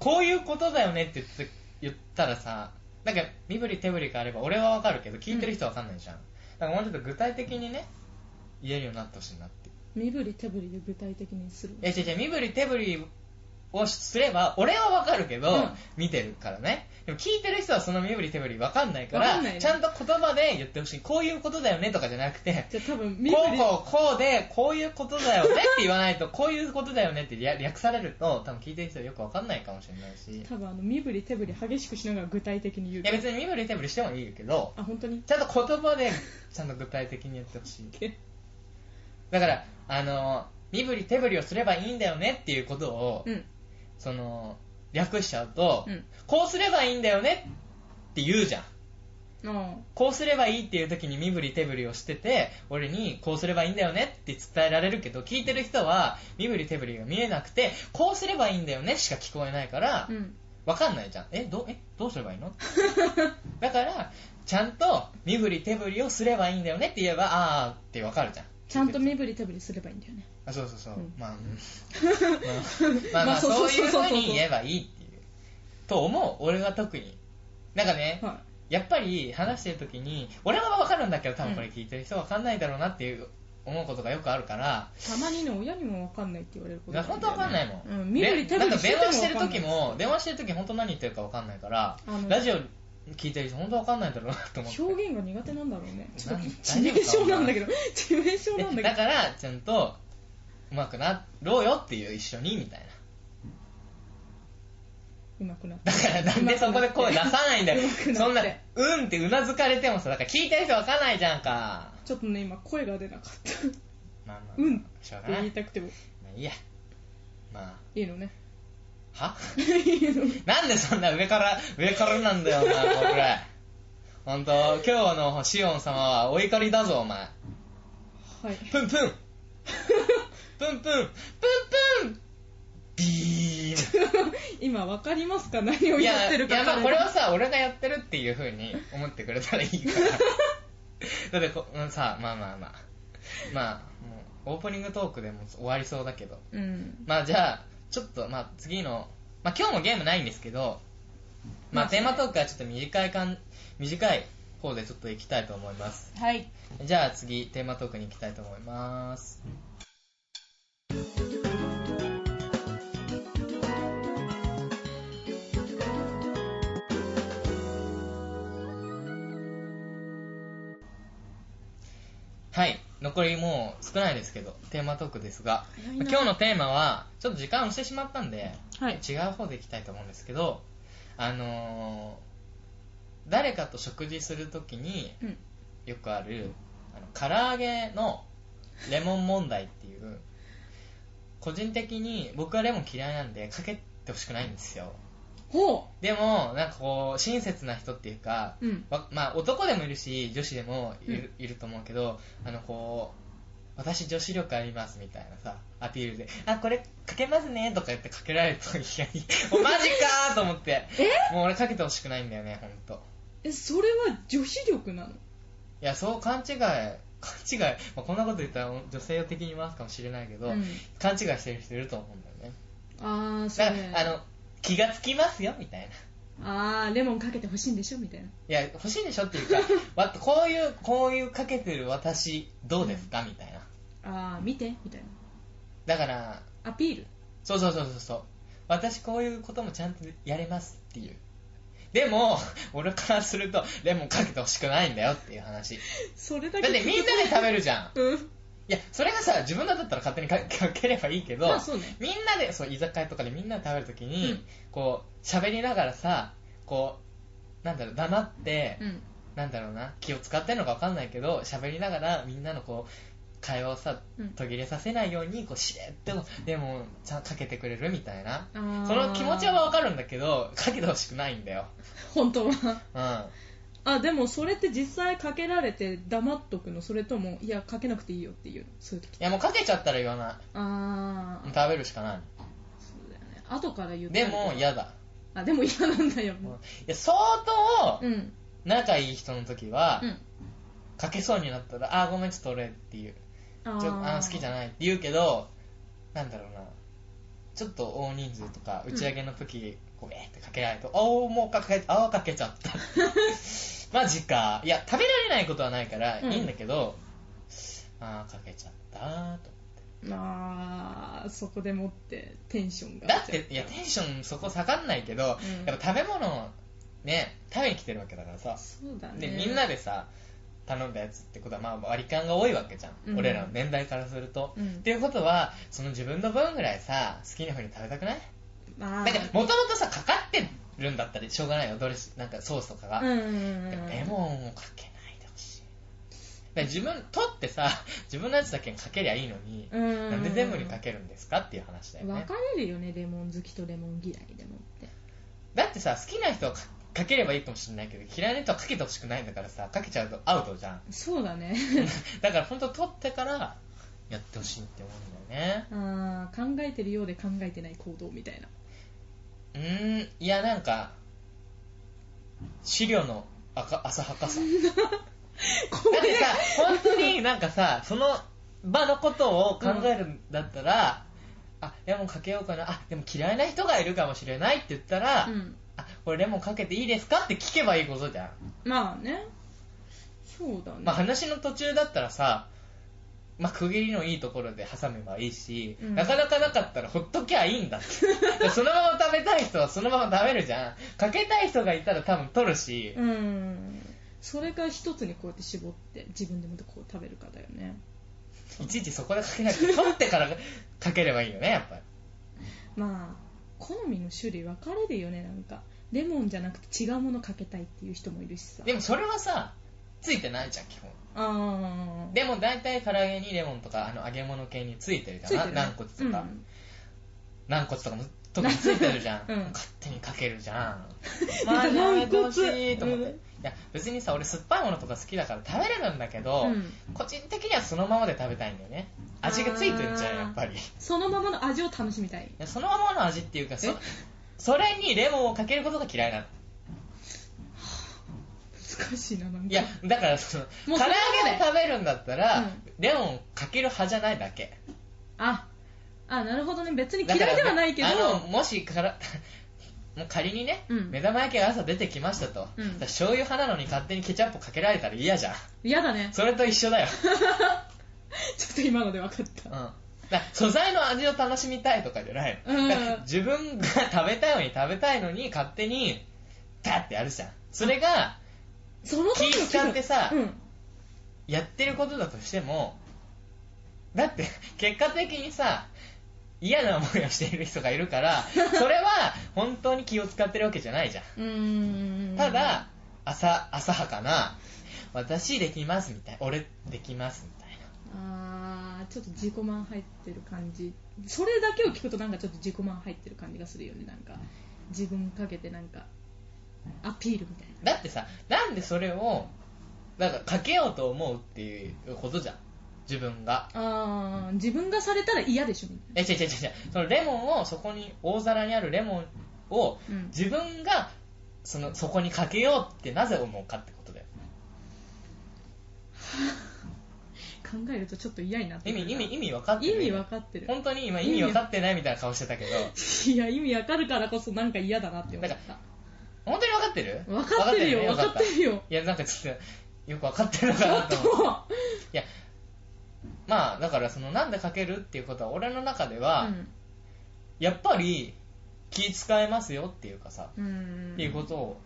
[SPEAKER 1] こういうことだよねって言って言ったらさなんか身振り手振りがあれば俺は分かるけど聞いてる人は分かんないじゃん、だからもうちょっと具体的にね言えるようになってほしいなって
[SPEAKER 2] 身振り手振りで具体的にする
[SPEAKER 1] いや違う違う身振り手振りをすれば俺は分かるけど、
[SPEAKER 2] うん
[SPEAKER 1] 見てるからねでも聞いてる人はその身振り手振り分かんないから
[SPEAKER 2] わかんないね
[SPEAKER 1] ちゃんと言葉で言ってほしいこういうことだよねとかじゃなくて
[SPEAKER 2] じゃあ多分
[SPEAKER 1] こ
[SPEAKER 2] 身振
[SPEAKER 1] う
[SPEAKER 2] り
[SPEAKER 1] こうこうでこういうことだよねって言わないとこういうことだよねって略略されると多分聞いてる人はよく分かんないかもしれないしい
[SPEAKER 2] 多分あの身振り手振り激しくしながら具体的に言う
[SPEAKER 1] や別に身振り手振りしてもいいけど
[SPEAKER 2] あ本当に
[SPEAKER 1] ちゃんと言葉でちゃんと具体的に言ってほしいだからあの身振り手振りをすればいいんだよねっていうことを、
[SPEAKER 2] うん
[SPEAKER 1] その略しちゃうと、
[SPEAKER 2] うん
[SPEAKER 1] こうすればいいんだよねって言うじゃん
[SPEAKER 2] うん
[SPEAKER 1] こうすればいいっていう時に身振り手振りをしてて俺にこうすればいいんだよねって伝えられるけど聞いてる人は身振り手振りが見えなくてこうすればいいんだよねしか聞こえないから
[SPEAKER 2] うん
[SPEAKER 1] わかんないじゃんえどえどうすれば いいのだからちゃんと身振り手振りをすればいいんだよねって言えばああってわかるじゃん
[SPEAKER 2] ちゃんと身振り手振りすればいいんだよね
[SPEAKER 1] あそうそうそう、
[SPEAKER 2] うん
[SPEAKER 1] まあ、うん まあまあま
[SPEAKER 2] ま
[SPEAKER 1] あ
[SPEAKER 2] あ
[SPEAKER 1] そ
[SPEAKER 2] そうう
[SPEAKER 1] い
[SPEAKER 2] そううそうそう
[SPEAKER 1] ふうに言えばいいっていうと思う俺は特になんかね、
[SPEAKER 2] は
[SPEAKER 1] やっぱり話してる時に俺は分かるんだけど多分これ聞いてる人は分かんないだろうなっていう思うことがよくあるから、
[SPEAKER 2] いたまにね親にも分かんないって言われることがある
[SPEAKER 1] 本当分かんないもん、
[SPEAKER 2] うん身振り手振
[SPEAKER 1] でなん
[SPEAKER 2] り
[SPEAKER 1] か電話してる時
[SPEAKER 2] してても
[SPEAKER 1] も電話してる時本当何言ってるか分かんないから
[SPEAKER 2] あの
[SPEAKER 1] ラジオ聞いてる人本当分かんないだろうなと思って
[SPEAKER 2] 表現が苦手なんだろうねちょっと
[SPEAKER 1] 何
[SPEAKER 2] 致命傷なんだけど致命傷なん
[SPEAKER 1] で
[SPEAKER 2] だ
[SPEAKER 1] だ
[SPEAKER 2] け
[SPEAKER 1] からちゃんと上手くなろうよっていう一緒にみたいな
[SPEAKER 2] どうまくなって
[SPEAKER 1] だからなんでそこで声出さないんだよ
[SPEAKER 2] 上手くなって
[SPEAKER 1] そんなうんってうなずかれてもさだから聞いてる人分かんないじゃんか
[SPEAKER 2] ちょっとね今声が出なかったって
[SPEAKER 1] まあまあまあ
[SPEAKER 2] うん
[SPEAKER 1] しょうがない
[SPEAKER 2] 言いたくても
[SPEAKER 1] まあいいやま
[SPEAKER 2] いいのね
[SPEAKER 1] あはい
[SPEAKER 2] いの
[SPEAKER 1] なんでそんな上から、上からなんだよな、これ。ほんと、今日のシオン様はお怒りだぞ、お前。
[SPEAKER 2] はい
[SPEAKER 1] プ ンプンプンプンプンプンビー
[SPEAKER 2] 今わかりますか何を
[SPEAKER 1] ンい
[SPEAKER 2] やっ
[SPEAKER 1] や、
[SPEAKER 2] てる
[SPEAKER 1] い
[SPEAKER 2] か
[SPEAKER 1] やまあこれはさ、俺がやってるっていう風に思ってくれたらいい から。だってこ、うん、さ、まあまあまあ。まあ、もう、オープニングトークでも終わりそうだけど。
[SPEAKER 2] うん
[SPEAKER 1] まあじゃあ、ちょっと、まあ次の、まあ今日もゲームないんですけど、まあ
[SPEAKER 2] まあ
[SPEAKER 1] テーマトークはちょっと短いかん、短い方でちょっと行きたいと思います。
[SPEAKER 2] はい
[SPEAKER 1] じゃあ次、テーマトークに行きたいと思います。はい、残りもう少ないですけど、テーマトークですが、
[SPEAKER 2] 早いな
[SPEAKER 1] 今日のテーマはちょっと時間をしてしまったんで、
[SPEAKER 2] はい
[SPEAKER 1] 違う方でいきたいと思うんですけどあのー誰かと食事するときに
[SPEAKER 2] うん
[SPEAKER 1] よくあるあの唐揚げのレモン問題っていう個人的に僕はレモン嫌いなんでかけてほしくないんですよ
[SPEAKER 2] ほ
[SPEAKER 1] でもなんかこう親切な人っていうか
[SPEAKER 2] ううん
[SPEAKER 1] わまあ、男でもいるし女子でもいる,、いると思うけどあのこう私女子力ありますみたいなさアピールで「あこれかけますね」とか言ってかけられるといきなり 「おマジか!」と思ってもう俺かけてほしくないんだよねほんと
[SPEAKER 2] えそれは女子力なの
[SPEAKER 1] いやそう勘違い勘違い、まあ、こんなこと言ったら女性を敵に回すかもしれないけど、
[SPEAKER 2] うん
[SPEAKER 1] 勘違いしてる人いると思うんだよね
[SPEAKER 2] ああそ
[SPEAKER 1] だ
[SPEAKER 2] れ
[SPEAKER 1] からあの気がつきますよみたいな
[SPEAKER 2] あーレモンかけてほしいんでしょみたいない
[SPEAKER 1] や欲しいでしょっていうか わこういうこういうかけてる私どうですかみたいな
[SPEAKER 2] ああ見てみたい
[SPEAKER 1] だから
[SPEAKER 2] なアピール
[SPEAKER 1] そうそうそうそうそう私こういうこともちゃんとやれますっていうでも 俺からするとレモンかけてほしくないんだよっていう話
[SPEAKER 2] それ
[SPEAKER 1] だ
[SPEAKER 2] だ
[SPEAKER 1] っ
[SPEAKER 2] け
[SPEAKER 1] てみんなで食べるじゃん
[SPEAKER 2] うん
[SPEAKER 1] いやそれがさ自分だったら勝手にかかければいいけど、
[SPEAKER 2] まあそうね
[SPEAKER 1] みんなでそう居酒屋とかでみんなで食べるときに、
[SPEAKER 2] うん
[SPEAKER 1] こう喋りながらさこうなんだろう黙って、
[SPEAKER 2] うん
[SPEAKER 1] なんだろうな気を使ってるのか分かんないけど喋りながらみんなのこう会話をさ
[SPEAKER 2] うん
[SPEAKER 1] 途切れさせないようにこうしれっとでもちゃんとかけてくれるみたいな
[SPEAKER 2] あー
[SPEAKER 1] その気持ちは分かるんだけどかけてほしくないんだよ
[SPEAKER 2] 本当は
[SPEAKER 1] うん
[SPEAKER 2] あでもそれって実際かけられて黙っとくのそれともいやかけなくていいよっていうそういう時
[SPEAKER 1] いやもうかけちゃったら言わない
[SPEAKER 2] ああ
[SPEAKER 1] 食べるしかない
[SPEAKER 2] そうだよね後から言って
[SPEAKER 1] でも嫌だ
[SPEAKER 2] あでも嫌なんだよ
[SPEAKER 1] うんい
[SPEAKER 2] も
[SPEAKER 1] や相当
[SPEAKER 2] ううん
[SPEAKER 1] 仲いい人の時は
[SPEAKER 2] うん
[SPEAKER 1] かけそうになったらああーごめんちょっと俺っていう
[SPEAKER 2] あ
[SPEAKER 1] ちょあー好きじゃ
[SPEAKER 2] い
[SPEAKER 1] ないって言うけどなんだろうなちょっと大人数とか打ち上げの時、こうえーってかけられるとあおもうかけあーかけちゃった マジかいや食べられないことはないから
[SPEAKER 2] うん
[SPEAKER 1] いいんだけど、ああかけちゃったーと
[SPEAKER 2] あーそこでもってテンションが
[SPEAKER 1] だっていやテンションそこ下がんないけど、
[SPEAKER 2] うん
[SPEAKER 1] やっぱ食べ物ね食べに来てるわけだからさ
[SPEAKER 2] そうだ
[SPEAKER 1] で
[SPEAKER 2] ね
[SPEAKER 1] みんなでさ頼んだやつってことはまあ割り勘が多いわけじゃん、
[SPEAKER 2] うん
[SPEAKER 1] 俺らの年代からすると、
[SPEAKER 2] うん
[SPEAKER 1] っていうことはその自分の分ぐらいさ好きな風に食べたくない
[SPEAKER 2] あ
[SPEAKER 1] な
[SPEAKER 2] ー
[SPEAKER 1] んかもともとさかかってるんだったらしょうがないよドレスなんかソースとかが、
[SPEAKER 2] うんうん
[SPEAKER 1] でもレ
[SPEAKER 2] うん
[SPEAKER 1] モンをかけないでほしいだから自分取ってさ 自分のやつだけにかけりゃいいのに、
[SPEAKER 2] うん
[SPEAKER 1] なんで全部にかけるんですかっていう話だよ
[SPEAKER 2] 分
[SPEAKER 1] ね
[SPEAKER 2] かれるよねレモン好きとレモン嫌いでもって
[SPEAKER 1] だってさ好きな人をかかければいいかもしれないけど嫌いな人はかけてほしくないんだからさかけちゃうとアウトじゃん
[SPEAKER 2] そうだね
[SPEAKER 1] だから本当取ってからやってほしいって思うんだよね
[SPEAKER 2] あー考えてるようで考えてない行動みた いな
[SPEAKER 1] うーんいやなんか資料の赤浅は かさだ
[SPEAKER 2] こ
[SPEAKER 1] ってさ本当になんかさその場のことを考えるんだったら、あレモンかけようかなあでも嫌いな人がいるかもしれないって言ったら、
[SPEAKER 2] うん
[SPEAKER 1] あこれレモンかけていいですかって聞けばいいことじゃん、
[SPEAKER 2] まあねそうだね、
[SPEAKER 1] まあ、話の途中だったらさ、まあ、区切りのいいところで挟めばいいし、
[SPEAKER 2] うん
[SPEAKER 1] なかなかなかったらほっときゃいいんだって そのまま食べたい人はそのまま食べるじゃんかけたい人がいたら多分取るし、
[SPEAKER 2] うんそれが一つにこうやって絞って自分でまたこう食べるかだよね
[SPEAKER 1] いちいちそこでかけなくて取ってからかければいいよねやっぱり
[SPEAKER 2] まあ好みの種類分かれるよねなんかレモンじゃなくて違うものかけたいっていう人もいるしさ
[SPEAKER 1] でもそれはさついてないじゃん基本
[SPEAKER 2] ああ
[SPEAKER 1] でも大体唐揚げにレモンとかあの揚げ物系についてるじゃん
[SPEAKER 2] ついてるね
[SPEAKER 1] 軟骨とか、
[SPEAKER 2] うん
[SPEAKER 1] 軟骨とかも特についてるじゃん、
[SPEAKER 2] うん
[SPEAKER 1] 勝手にかけるじゃ ん
[SPEAKER 2] た
[SPEAKER 1] マジやめてほしい
[SPEAKER 2] 軟骨
[SPEAKER 1] と思って、
[SPEAKER 2] うん
[SPEAKER 1] いや別にさ俺酸っぱいものとか好きだから食べれるんだけど、
[SPEAKER 2] うん
[SPEAKER 1] 個人的にはそのままで食べたいんだよね味がついてるじゃ
[SPEAKER 2] あ
[SPEAKER 1] ん
[SPEAKER 2] ー
[SPEAKER 1] やっぱりい
[SPEAKER 2] そのままの味を楽しみたい
[SPEAKER 1] やそのままの味っていうかそ
[SPEAKER 2] え
[SPEAKER 1] それにレモンをかけることが嫌いなの
[SPEAKER 2] 難しいななんか
[SPEAKER 1] いやだからその唐
[SPEAKER 2] も
[SPEAKER 1] 揚
[SPEAKER 2] うそれは
[SPEAKER 1] げで食べるんだったら、
[SPEAKER 2] うん
[SPEAKER 1] レモンかける派じゃないだけ
[SPEAKER 2] ああなるほどね別に嫌いではないけど
[SPEAKER 1] だからあのもしから、 もう仮にね、
[SPEAKER 2] うん
[SPEAKER 1] 目玉焼きが朝出てきましたと、
[SPEAKER 2] うん
[SPEAKER 1] だから醤油派なのに勝手にケチャップかけられたら嫌じゃん。
[SPEAKER 2] 嫌だね
[SPEAKER 1] それと一緒だよ。
[SPEAKER 2] ちょっと今ので分かっ
[SPEAKER 1] うん。だ
[SPEAKER 2] た
[SPEAKER 1] から素材の味を楽しみたいとかじゃないの。
[SPEAKER 2] うん
[SPEAKER 1] だから自分が食べたいのに食べたいのに勝手に、ダッてやるじゃん。それが、
[SPEAKER 2] その時の
[SPEAKER 1] 気使ってさ
[SPEAKER 2] うん、
[SPEAKER 1] やってることだとしても、だって、結果的にさ、嫌な思いをしている人がいる から、それは本当に気を使ってるわけじゃないじゃん。
[SPEAKER 2] うーん
[SPEAKER 1] ただ、浅浅はかな、私できますみたいな、俺できますみたい
[SPEAKER 2] あーちょっと自己満入ってる感じそれだけを聞くとなんかちょっと自己満入ってる感じがするよねなんか自分かけてなんかアピールみたい
[SPEAKER 1] な。だってさ、なんでそれを、なんかかけようと思うっていうことじゃん、自分が。
[SPEAKER 2] なあー自分がされたら嫌でしょみたい
[SPEAKER 1] え、違う違う違う違う、そのレモンを、そこに、大皿にあるレモンを、
[SPEAKER 2] な、うん、
[SPEAKER 1] 自分がそのそこにかけようってなぜ思うかってことだよ。
[SPEAKER 2] 考えるとちょっと嫌になって
[SPEAKER 1] 意
[SPEAKER 2] くる
[SPEAKER 1] 味、
[SPEAKER 2] な
[SPEAKER 1] 意味、意味分かってる
[SPEAKER 2] 意味分かってる
[SPEAKER 1] 本当に今意味分かってないみたいな顔してたけど、
[SPEAKER 2] いや意味わかるからこそなんか嫌だなって思っ
[SPEAKER 1] だ
[SPEAKER 2] た
[SPEAKER 1] 本当に分かってる
[SPEAKER 2] 分かってるよ
[SPEAKER 1] 分
[SPEAKER 2] 分
[SPEAKER 1] か
[SPEAKER 2] か
[SPEAKER 1] っ
[SPEAKER 2] って
[SPEAKER 1] る
[SPEAKER 2] て
[SPEAKER 1] ね
[SPEAKER 2] るよ
[SPEAKER 1] いや、なんかちょっと、よく分かってるのかなと思って。
[SPEAKER 2] も
[SPEAKER 1] いや、まあ、だから、その、なんでかけるっていうことは、俺の中では、やっぱり、気使えますよっていうかさ、
[SPEAKER 2] ううん
[SPEAKER 1] っていうことを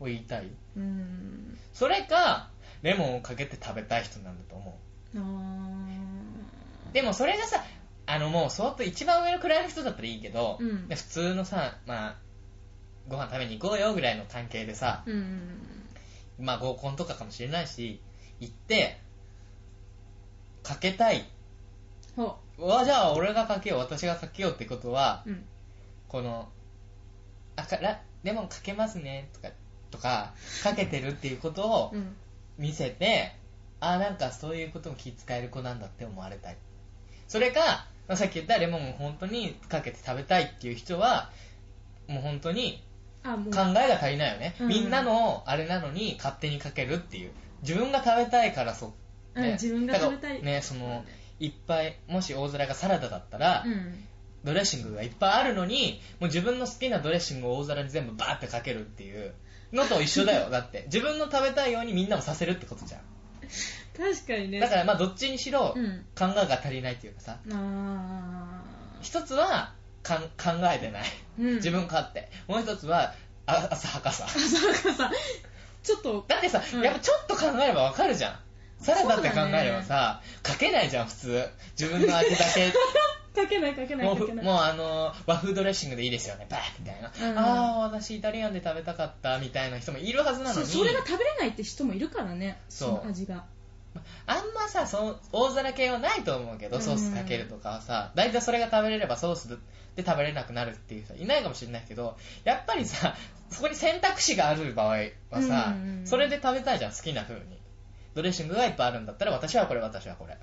[SPEAKER 1] を言いたい。
[SPEAKER 2] うん
[SPEAKER 1] それか、レモンをかけて食べたい人なんだと思
[SPEAKER 2] あ
[SPEAKER 1] う。でも、それがさ、あの、もう、相当一番上の位の人だったらいいけど、
[SPEAKER 2] うん
[SPEAKER 1] で普通のさ、まあ、ご飯食べに行こうよぐらいの関係でさ、
[SPEAKER 2] ーうん
[SPEAKER 1] まあ、合コンとかかもしれないし、行って、かけたい。
[SPEAKER 2] ほ
[SPEAKER 1] うわ、じゃあ、俺がかけよう、私がかけようってことは、
[SPEAKER 2] ううん
[SPEAKER 1] このあからレモンかけますねとかとかかけてるっていうことを
[SPEAKER 2] うん
[SPEAKER 1] 見せて、ああなんかそういうことも気遣える子なんだって思われたいそれかまあさっき言ったレモンを本当にかけて食べたいっていう人はもう本当に
[SPEAKER 2] あもう
[SPEAKER 1] 考えが足りないよね、
[SPEAKER 2] うん
[SPEAKER 1] みんなのあれなのに勝手にかけるっていう自分が食べたいからそ
[SPEAKER 2] うん自分が食べたい
[SPEAKER 1] だからねそのいっぱいもし大皿がサラダだったら、
[SPEAKER 2] うん
[SPEAKER 1] ドレッシングがいっぱいあるのにもう自分の好きなドレッシングを大皿に全部バーってかけるっていうのと一緒だ よだって自分の食べたいようにみんなもさせるってことじゃん
[SPEAKER 2] 確かにね
[SPEAKER 1] だからまあどっちにしろ
[SPEAKER 2] うん
[SPEAKER 1] 考えが足りないっていうかさ
[SPEAKER 2] あ
[SPEAKER 1] 一つはかん考えてない、
[SPEAKER 2] ーうん
[SPEAKER 1] 自分勝手もう一つはあ浅はか さ
[SPEAKER 2] そうかさちょっと
[SPEAKER 1] だってさ、
[SPEAKER 2] うん
[SPEAKER 1] やっぱちょっと考えればわかるじゃんサラダって考えれば
[SPEAKER 2] そう
[SPEAKER 1] さ、かけないじゃん普通自分の味だ け
[SPEAKER 2] かけないかけない
[SPEAKER 1] も
[SPEAKER 2] か
[SPEAKER 1] う
[SPEAKER 2] けない
[SPEAKER 1] もうあの和風ドレッシングでいいですよねバーッみたいな、
[SPEAKER 2] うん
[SPEAKER 1] ああ私イタリアンで食べたかったみたいな人もいるはずなの
[SPEAKER 2] そ
[SPEAKER 1] に
[SPEAKER 2] それが食べれないって人もいるからね
[SPEAKER 1] そう
[SPEAKER 2] の味が
[SPEAKER 1] あんまさその大皿系はないと思うけどソースかけるとかはさ大体それが食べれればソースで食べれなくなるっていう人いないかもしれないけどやっぱりさそこに選択肢がある場合はさ
[SPEAKER 2] うんうんうん
[SPEAKER 1] それで食べたいじゃん好きな風にドレッシングがいっぱいあるんだったら私はこれ私はこれ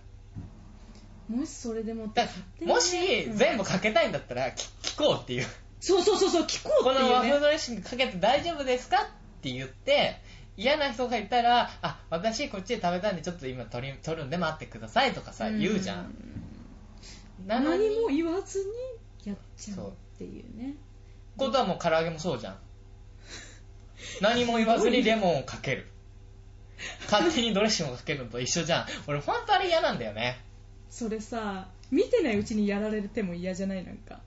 [SPEAKER 2] もしそれでもって
[SPEAKER 1] だからもし全部かけたいんだったらき聞こうっていう
[SPEAKER 2] そうそうそうそう聞こう
[SPEAKER 1] こ
[SPEAKER 2] ってい
[SPEAKER 1] の
[SPEAKER 2] う
[SPEAKER 1] 和風
[SPEAKER 2] ね
[SPEAKER 1] ドレッシングかけて大丈夫ですかって言って嫌な人がいたらあ私こっちで食べたんでちょっと今取り取るんで待ってくださいとかさ言うじゃんなの
[SPEAKER 2] 何
[SPEAKER 1] に
[SPEAKER 2] も言わずにやっちゃうっていうね
[SPEAKER 1] ことはもう唐揚げもそうじゃん何も言わずにレモンをかける勝手にドレッシングをかけるのと一緒じゃん俺本当あれ嫌なんだよね
[SPEAKER 2] それさ見てないうちにやられても嫌じゃないなんか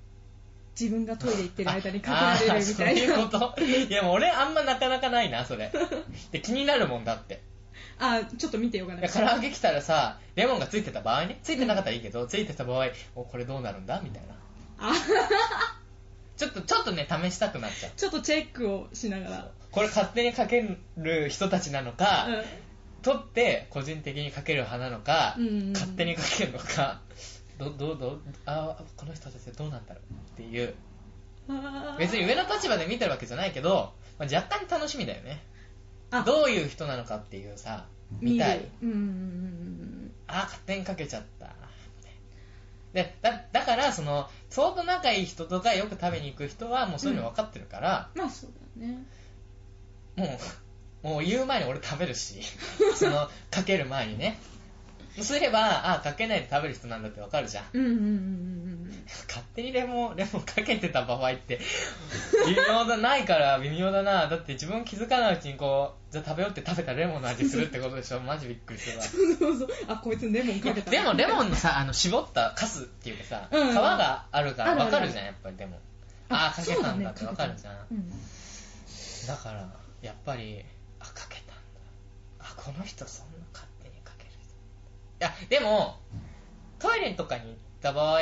[SPEAKER 2] 自分がトイレ行ってる間に
[SPEAKER 1] あ
[SPEAKER 2] 隠れれるみたい
[SPEAKER 1] あーそうい
[SPEAKER 2] な
[SPEAKER 1] うこといやもう俺あんまなかなかないなそれで気になるもんだって
[SPEAKER 2] あちょっと見てようか
[SPEAKER 1] い
[SPEAKER 2] な
[SPEAKER 1] や唐揚げ来たらさレモンがついてた場合ねついてなかったらいいけど、ついてた場合おこれどうなるんだみたいな
[SPEAKER 2] あ
[SPEAKER 1] ちょっとちょっとね試したくなっちゃう
[SPEAKER 2] ちょっとチェックをしながら
[SPEAKER 1] これ勝手にかける人たちなのか、
[SPEAKER 2] う
[SPEAKER 1] 取って個人的にかける派なのか、
[SPEAKER 2] うんうんうん
[SPEAKER 1] 勝手にかけるのか どどうどうあーこの人たちどうなんだろうっていうん
[SPEAKER 2] あー
[SPEAKER 1] 別に上の立場で見てるわけじゃないけど、まあ、若干楽しみだよね
[SPEAKER 2] あ
[SPEAKER 1] どういう人なのかっていうさ見
[SPEAKER 2] る
[SPEAKER 1] たい
[SPEAKER 2] うんうんうんうん
[SPEAKER 1] あー勝手にかけちゃったでだだからその相当仲いい人とかよく食べに行く人はもうそういうの分かってるから、
[SPEAKER 2] まあそうだね
[SPEAKER 1] もうもう言う前に俺食べるしそのかける前にねそうすればあーかけないで食べる人なんだって分かるじゃん
[SPEAKER 2] うんうんうんうんうん
[SPEAKER 1] 勝手にレモンレモンかけてた場合って微妙だないから微妙だなだって自分気づかないうちにこうじゃあ食べようって食べたらレモンの味するってことでしょマジびっくりするわ
[SPEAKER 2] そ うそうあこいつレモンかけた
[SPEAKER 1] でもレモンのさあの絞ったカスっていうかさ、
[SPEAKER 2] うんうん
[SPEAKER 1] 皮があるか
[SPEAKER 2] あ
[SPEAKER 1] ら
[SPEAKER 2] るあ
[SPEAKER 1] 分
[SPEAKER 2] る
[SPEAKER 1] かるじゃんやっぱりでもああーかけたんだって
[SPEAKER 2] そうね
[SPEAKER 1] 分かるじゃんだ,、
[SPEAKER 2] うん
[SPEAKER 1] からやっぱりあかけたんだあこの人そんな勝手にかける人いやでもトイレとかに行った場合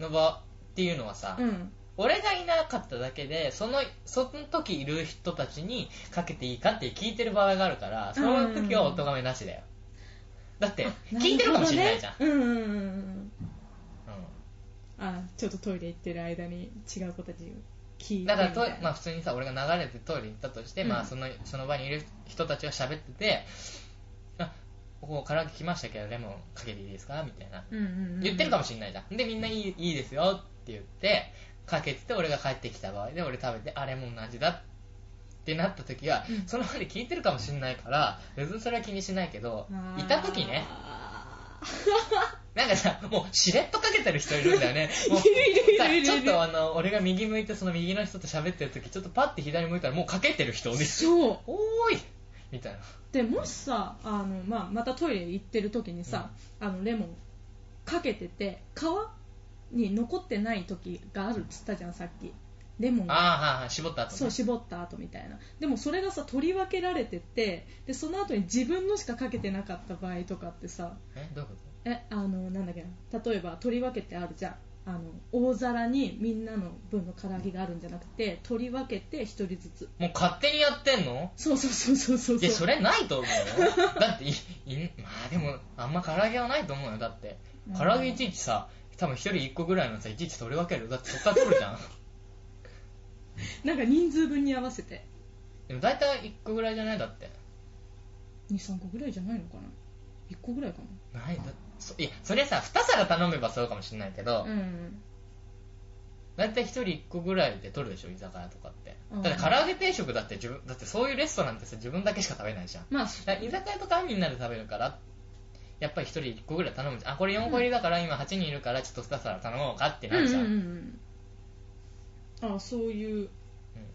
[SPEAKER 1] の場っていうのはさ、
[SPEAKER 2] うん
[SPEAKER 1] 俺がいなかっただけでそのその時いる人たちにかけていいかって聞いてる場合があるからその時はお咎めなしだよ、だって聞いてるかもしれないじゃん、
[SPEAKER 2] なるほどねうんうんうんうん
[SPEAKER 1] う
[SPEAKER 2] あちょっとトイレ行ってる間に違う子たちに聞いて
[SPEAKER 1] ん、
[SPEAKER 2] み
[SPEAKER 1] だ
[SPEAKER 2] たい
[SPEAKER 1] か
[SPEAKER 2] な
[SPEAKER 1] らと、まあ、普通にさ俺が流れてトイレ行ったとして、
[SPEAKER 2] うん
[SPEAKER 1] まあ、そのその場にいる人たちが喋ってて「あここから来ましたけどレモンかけていいですか?」みたいな
[SPEAKER 2] うんうんうん
[SPEAKER 1] 言ってるかもしれないじゃんでみんないいいいですよって言ってかけてて俺が帰ってきた場合で俺食べてあレモンの味だってなった時は、
[SPEAKER 2] うん
[SPEAKER 1] その場で聞いてるかもしれないから別にそれは気にしないけど
[SPEAKER 2] あー
[SPEAKER 1] いた時ねなんかさもうしれっとかけてる人いるんだよねもう
[SPEAKER 2] いるいるい
[SPEAKER 1] さ
[SPEAKER 2] るいるいる
[SPEAKER 1] ちょっとあの俺が右向いてその右の人と喋ってる時ちょっとパッて左向いたらもうかけてる人ね
[SPEAKER 2] そう
[SPEAKER 1] おーいみたいな
[SPEAKER 2] でもしさあの、まあ、またトイレ行ってる時にさ、あのレモンかけてて皮に残ってない時があるっつったじゃんさっきレモンが
[SPEAKER 1] ああはいはい絞った後、ね、
[SPEAKER 2] そう絞った後みたいなでもそれがさ取り分けられててでその後に自分のしかかけてなかった場合とかってさ
[SPEAKER 1] えどういうこ
[SPEAKER 2] えあのなんだっけな例えば取り分けてあるじゃんあの大皿にみんなの分の唐揚げがあるんじゃなくて取り分けて1人ずつ
[SPEAKER 1] ともう勝手にやってんの
[SPEAKER 2] そうそうそうそうそう
[SPEAKER 1] いや、そ
[SPEAKER 2] れ
[SPEAKER 1] れないと思うよ。だってい、 い、まあでも、あんま唐揚げはないと思うよ。だって、唐揚げいちいちさ、多分一人一個ぐらいのさ、いちいち取り分ける。だってそっから取るじゃん。
[SPEAKER 2] なんか人数分に合わせて
[SPEAKER 1] でも大体一個ぐらいじゃないだって。
[SPEAKER 2] 23個ぐらいじゃないのかな1個ぐらいか
[SPEAKER 1] ないだそいや、それさ、二皿頼めばそうかもしれないけど、
[SPEAKER 2] なうん
[SPEAKER 1] 大体一人一個ぐらいで取るでしょ、居酒屋とかって
[SPEAKER 2] うん。
[SPEAKER 1] だって唐揚げ定食だって自分、だってそういうレストランってさ、自分だけしか食べないじゃん。
[SPEAKER 2] まあ
[SPEAKER 1] だから居酒屋とかみんなで食べるからやっぱり1人1個ぐらい頼むじゃんあこれ4個入りだから今8人いるからちょっと2皿頼もうかってなるじゃん、
[SPEAKER 2] うんうんうんうんあそうい
[SPEAKER 1] う
[SPEAKER 2] う
[SPEAKER 1] ん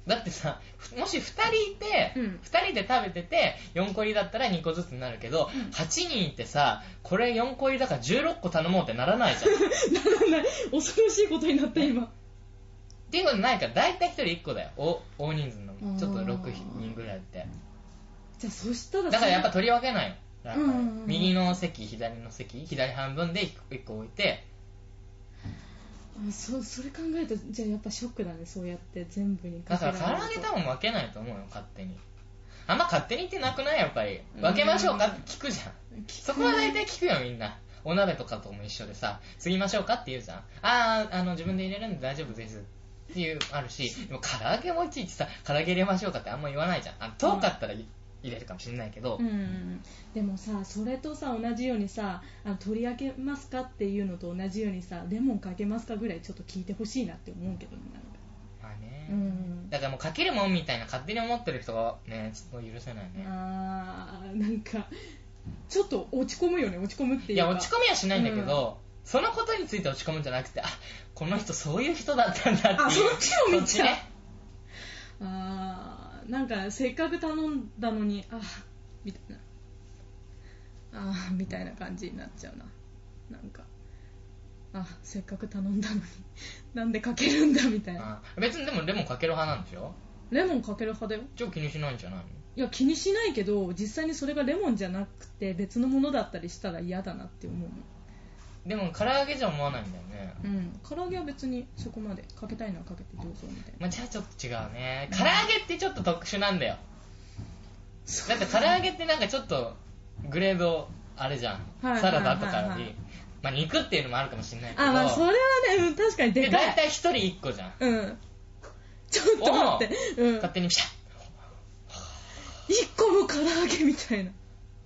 [SPEAKER 1] だってさふもし2人いて、
[SPEAKER 2] うん
[SPEAKER 1] 2人で食べてて4個入りだったら2個ずつになるけど、8人いてさこれ4個入りだから16個頼もうってならない じゃんっ
[SPEAKER 2] 恐ろしいことになった今
[SPEAKER 1] ていうことないから大体1人1個だよお大人数の
[SPEAKER 2] あー
[SPEAKER 1] ちょっと6人ぐらいって
[SPEAKER 2] じゃあそしたら
[SPEAKER 1] だからやっぱ
[SPEAKER 2] そ
[SPEAKER 1] 取り分けないよだから
[SPEAKER 2] うんうんうん
[SPEAKER 1] 右の席左の席左半分で1個置いて
[SPEAKER 2] れあそうそれ考えるとじゃあやっぱショックだねそうやって全部に
[SPEAKER 1] だ
[SPEAKER 2] かけ
[SPEAKER 1] から
[SPEAKER 2] れ
[SPEAKER 1] ら唐
[SPEAKER 2] る
[SPEAKER 1] 揚げ多
[SPEAKER 2] と
[SPEAKER 1] 分分けないと思うよ勝手にあんま勝手に言ってなくないやっぱり分けましょうかって聞くじゃんそこは大体聞くよみんなお鍋とかとも一緒でさ継ぎましょうかって言うじゃんあーあの自分で入れるんで大丈夫ですっていうあるしでも唐揚げもいちいちさ唐揚げ入れましょうかってあんま言わないじゃんあ遠かったら入れるかもしれないけど、
[SPEAKER 2] うん、でもさそれとさ同じようにさあの取り上げますかっていうのと同じようにさレモンかけますかぐらいちょっと聞いてほしいなって思うけどねなんか
[SPEAKER 1] まあね、
[SPEAKER 2] うん
[SPEAKER 1] だからもうかけるもんみたいな勝手に思ってる人がねちょっと許せないね
[SPEAKER 2] あーなんかちょっと落ち込むよね落ち込むって
[SPEAKER 1] い
[SPEAKER 2] いうか
[SPEAKER 1] や落ち込みはしないんだけど、そのことについて落ち込むんじゃなくてあこの人そういう人だったんだっていう
[SPEAKER 2] あそっちを見ちゃう
[SPEAKER 1] そっ
[SPEAKER 2] あーなんかせっかく頼んだのにあーみたいなあーみたいな感じになっちゃうななんかあせっかく頼んだのになんでかけるんだみたい
[SPEAKER 1] ね
[SPEAKER 2] な
[SPEAKER 1] あ別にでもレモンかける派なんでしょ
[SPEAKER 2] レモンかける派だよ
[SPEAKER 1] 超気にしないんじゃないの
[SPEAKER 2] いや気にしないけど実際にそれがレモンじゃなくて別のものだったりしたら嫌だなって思う
[SPEAKER 1] でも唐揚げじゃ思わないんだよね、
[SPEAKER 2] うん唐揚げは別にそこまでかけたいのはかけてどうぞみたいな
[SPEAKER 1] まあ、じゃあちょっと違うね唐揚げってちょっと特殊なんだよ
[SPEAKER 2] そ
[SPEAKER 1] だって唐揚げってなんかちょっとグレードあれじゃん、
[SPEAKER 2] はい
[SPEAKER 1] サラダとかより、
[SPEAKER 2] はいはいはい
[SPEAKER 1] まあ、肉っていうのもあるかもしれないけど
[SPEAKER 2] あまあそれはね、うん、確かにで
[SPEAKER 1] で
[SPEAKER 2] か
[SPEAKER 1] 大
[SPEAKER 2] い
[SPEAKER 1] 体一人一個じゃん
[SPEAKER 2] うんちょっと待って、うん、
[SPEAKER 1] 勝手にピシャッ
[SPEAKER 2] 一個も唐揚げみたいな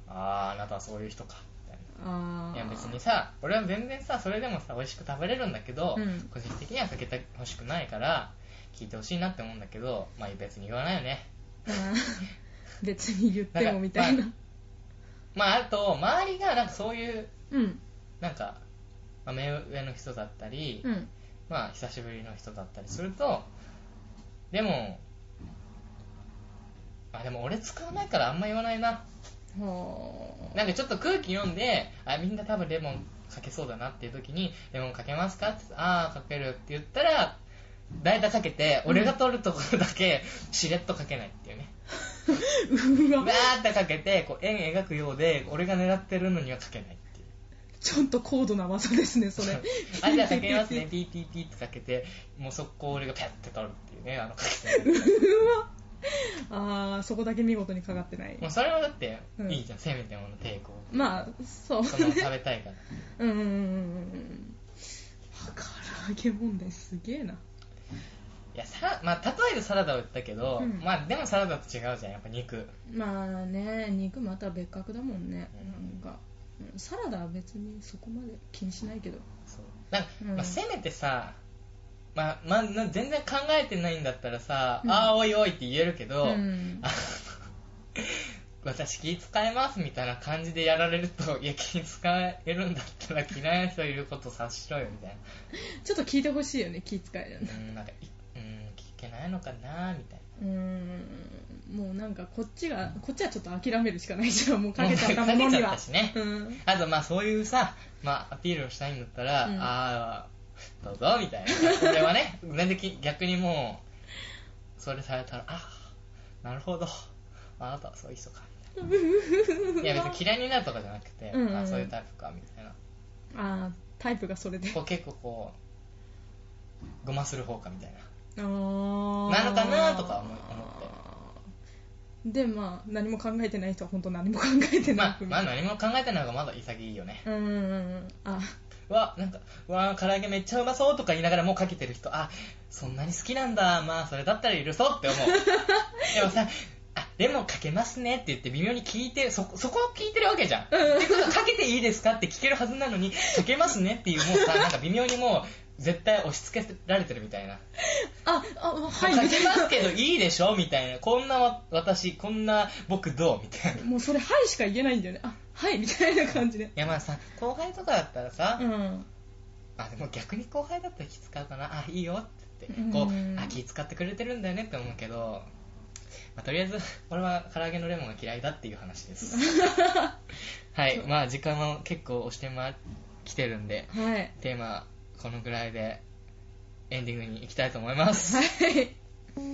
[SPEAKER 1] あああなたはそういう人かみたいな
[SPEAKER 2] あ
[SPEAKER 1] いや別にさ俺は全然さそれでもさ美味しく食べれるんだけど、
[SPEAKER 2] うん
[SPEAKER 1] 個人的にはかけてほしくないから聞いてほしいなって思うんだけどまあ別に言わないよね
[SPEAKER 2] 別に言ってもみたいな
[SPEAKER 1] なんまああと周りがなんかそういう
[SPEAKER 2] うん
[SPEAKER 1] なんか、まあ、目上の人だったり、
[SPEAKER 2] うん
[SPEAKER 1] まあ久しぶりの人だったりするとでもあでも俺使わないからあんま言わないな
[SPEAKER 2] ほ
[SPEAKER 1] なんかちょっと空気読んで、あみんな多分レモンかけそうだなっていう時に、レモンかけますかって、ああ、かけるって言ったら、大体かけて、俺が取るところだけ、しれっとかけないっていうね。
[SPEAKER 2] うう
[SPEAKER 1] わ
[SPEAKER 2] わ
[SPEAKER 1] ーってかけて、こう円描くようで、俺が狙ってるのにはかけないっていう。
[SPEAKER 2] ちょっと高度な技ですねそれ
[SPEAKER 1] あ、じゃあかけますね、ピーピーピーってかけて、もう速攻俺がペッて取るっていうね、あのかけ て。
[SPEAKER 2] ああそこだけ見事にかかってない
[SPEAKER 1] もうそれはだって
[SPEAKER 2] う、ん
[SPEAKER 1] いいじゃん、せめてもの抵抗。
[SPEAKER 2] まあそう
[SPEAKER 1] その食べたいから。
[SPEAKER 2] うんうんうんうん唐揚げ問題すげえない
[SPEAKER 1] やさまあ、例えでサラダを言ったけど、
[SPEAKER 2] うん
[SPEAKER 1] まあ、でもサラダと違うじゃんやっぱ肉
[SPEAKER 2] まあね肉また別格だもんね
[SPEAKER 1] うん
[SPEAKER 2] なんかうんサラダは別にそこまで気にしないけど
[SPEAKER 1] そうなんか、
[SPEAKER 2] うん
[SPEAKER 1] まあ、せめてさ、まあまあ、な全然考えてないんだったらさ「
[SPEAKER 2] うん
[SPEAKER 1] ああおいおい」って言えるけど、
[SPEAKER 2] うん
[SPEAKER 1] あ 私気使いますみたいな感じでやられると いや気使えるんだったら嫌いな人いること察しろよみたいな
[SPEAKER 2] ちょっと聞いてほしいよね気遣いだね
[SPEAKER 1] うんなんかいうん聞けないのかなみ たいな
[SPEAKER 2] うーんもうなんかこっちがこっちはちょっと諦めるしかないじゃんもうかけちゃったもの
[SPEAKER 1] もうかけ
[SPEAKER 2] に
[SPEAKER 1] ちゃっ
[SPEAKER 2] は
[SPEAKER 1] たしね
[SPEAKER 2] うん
[SPEAKER 1] あとまあそういうさ、まあ、アピールをしたいんだったら、
[SPEAKER 2] うん
[SPEAKER 1] ああどうぞみたいなそれはね 全然き逆にもうそれされたらああなるほどあなたはそういう人かみ たいないや別に嫌いになるとかじゃなくて、
[SPEAKER 2] うんうん
[SPEAKER 1] あそういうタイプかみたいな
[SPEAKER 2] ああタイプがそれで
[SPEAKER 1] こう結構こうごまする方かみたいな
[SPEAKER 2] あー
[SPEAKER 1] なのかなとか思い思って
[SPEAKER 2] でまあ何も考えてない人は本当何も考えてな
[SPEAKER 1] まあ
[SPEAKER 2] く、
[SPEAKER 1] まあ何も考えてない方がまだ潔いよね
[SPEAKER 2] うんうんうんあ
[SPEAKER 1] わなんかうわ唐揚げめっちゃうまそうとか言いながらもうかけてる人あそんなに好きなんだまあそれだったら許そうって思うでもさあレモンかけますねって言って微妙に聞いてそそこを聞いてるわけじゃん、ってことはかけていいですかって聞けるはずなのにかけますねっていうもうさなんか微妙にもう絶対押し付けられてるみたいな
[SPEAKER 2] ああはい
[SPEAKER 1] か
[SPEAKER 2] みた
[SPEAKER 1] け
[SPEAKER 2] い
[SPEAKER 1] ます
[SPEAKER 2] な
[SPEAKER 1] けどいいでしょみたいなこんなわ私こんな僕どうみ たいな
[SPEAKER 2] もうそれはいしか言えないんだよねあはいみたいな感じで
[SPEAKER 1] 山田さん後輩とかだったらさ、
[SPEAKER 2] うん
[SPEAKER 1] あでも逆に後輩だったら気使うかなあいいよって言ってこう、
[SPEAKER 2] うん
[SPEAKER 1] あ気使ってくれてるんだよねって思うけど、まあ、とりあえず俺は唐揚げのレモンが嫌いだっていう話です はいまあ時間も結構押してま来てるんで
[SPEAKER 2] はい
[SPEAKER 1] テーマこのぐらいでエンディングに行きたいと思います
[SPEAKER 2] は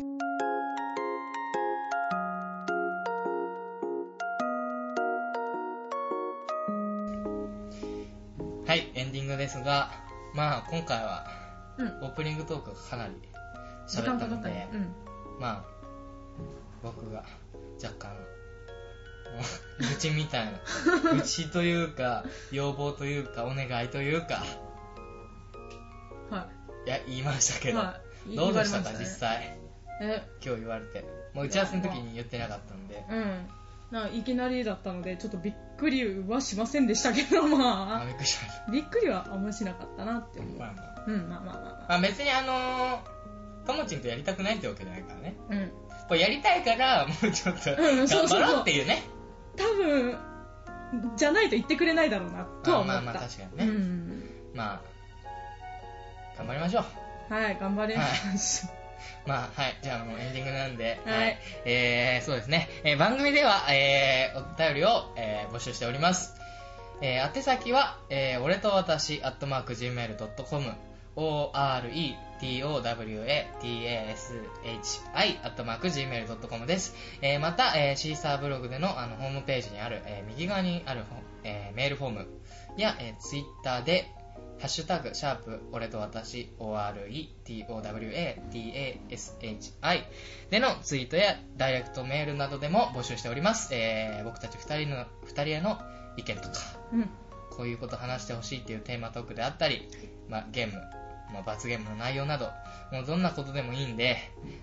[SPEAKER 2] い
[SPEAKER 1] はいエンディングですがまあ今回は
[SPEAKER 2] うん
[SPEAKER 1] オープニングトークがかなり
[SPEAKER 2] 時
[SPEAKER 1] 喋
[SPEAKER 2] 間
[SPEAKER 1] った
[SPEAKER 2] かか
[SPEAKER 1] の
[SPEAKER 2] った
[SPEAKER 1] で
[SPEAKER 2] ねうん
[SPEAKER 1] まあ僕が若干もう愚痴みたいな 愚痴というか要望というかお願いというか
[SPEAKER 2] はい
[SPEAKER 1] や言いましたけど、
[SPEAKER 2] はい
[SPEAKER 1] どうでしたか
[SPEAKER 2] 言われました
[SPEAKER 1] 実
[SPEAKER 2] ね
[SPEAKER 1] 際
[SPEAKER 2] え
[SPEAKER 1] 今日言われてもう打ち合わせの時に言ってなかったんで
[SPEAKER 2] うんなんかいきなりだったのでちょっとびっくりはしませんでしたけど
[SPEAKER 1] あ
[SPEAKER 2] ま
[SPEAKER 1] びっくりしまし
[SPEAKER 2] あびっくりはあんましなかったなって
[SPEAKER 1] た
[SPEAKER 2] 思う
[SPEAKER 1] まあまあ
[SPEAKER 2] うんまあまあまあまあ
[SPEAKER 1] まあ別にあのーともちんとやりたくないってわけじゃないからね
[SPEAKER 2] うん
[SPEAKER 1] これやりたいから もうちょっと
[SPEAKER 2] うんそう
[SPEAKER 1] 頑
[SPEAKER 2] そ
[SPEAKER 1] 張
[SPEAKER 2] う
[SPEAKER 1] ろうっていうね、
[SPEAKER 2] 多分じゃないと言ってくれないだろうなとは思った
[SPEAKER 1] まあまあ確かにね
[SPEAKER 2] うん
[SPEAKER 1] まあ頑張りましょう
[SPEAKER 2] はい頑張れます、
[SPEAKER 1] まあはいじゃあもうエンディングなんで、
[SPEAKER 2] はい
[SPEAKER 1] えー、そうですね、えー番組では、えーお便りを、えー募集しております、えー宛先は、えー俺と私アットマーク Gmail.com ORETOWATASHI アットマーク Gmail.com です、えーまた、えーシーサーブログでのあのホームページにある、えー右側にあるフォ、えーメールフォームや、えー、ツイッターでハッシュタグ、シャープ、俺と私、ORETOWATASHI でのツイートやダイレクトメールなどでも募集しております。えー僕たち二人の、二人への意見とか、
[SPEAKER 2] うん
[SPEAKER 1] こういうこと話してほしいっていうテーマトークであったり、まあ、ゲーム、まあ、罰ゲームの内容など、もうどんなことでもいいんで、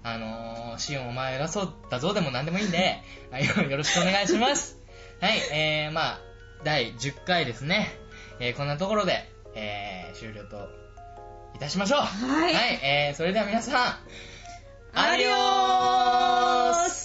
[SPEAKER 1] あのー、シオンお前偉そうだぞでも何でもいいんで、 あよよろしくお願いします。 はい、えー、まあ、第10回ですね。えー、こんなところで、えー、終了といたしましょう。
[SPEAKER 2] はい
[SPEAKER 1] えー、それでは皆さん、
[SPEAKER 2] アディオース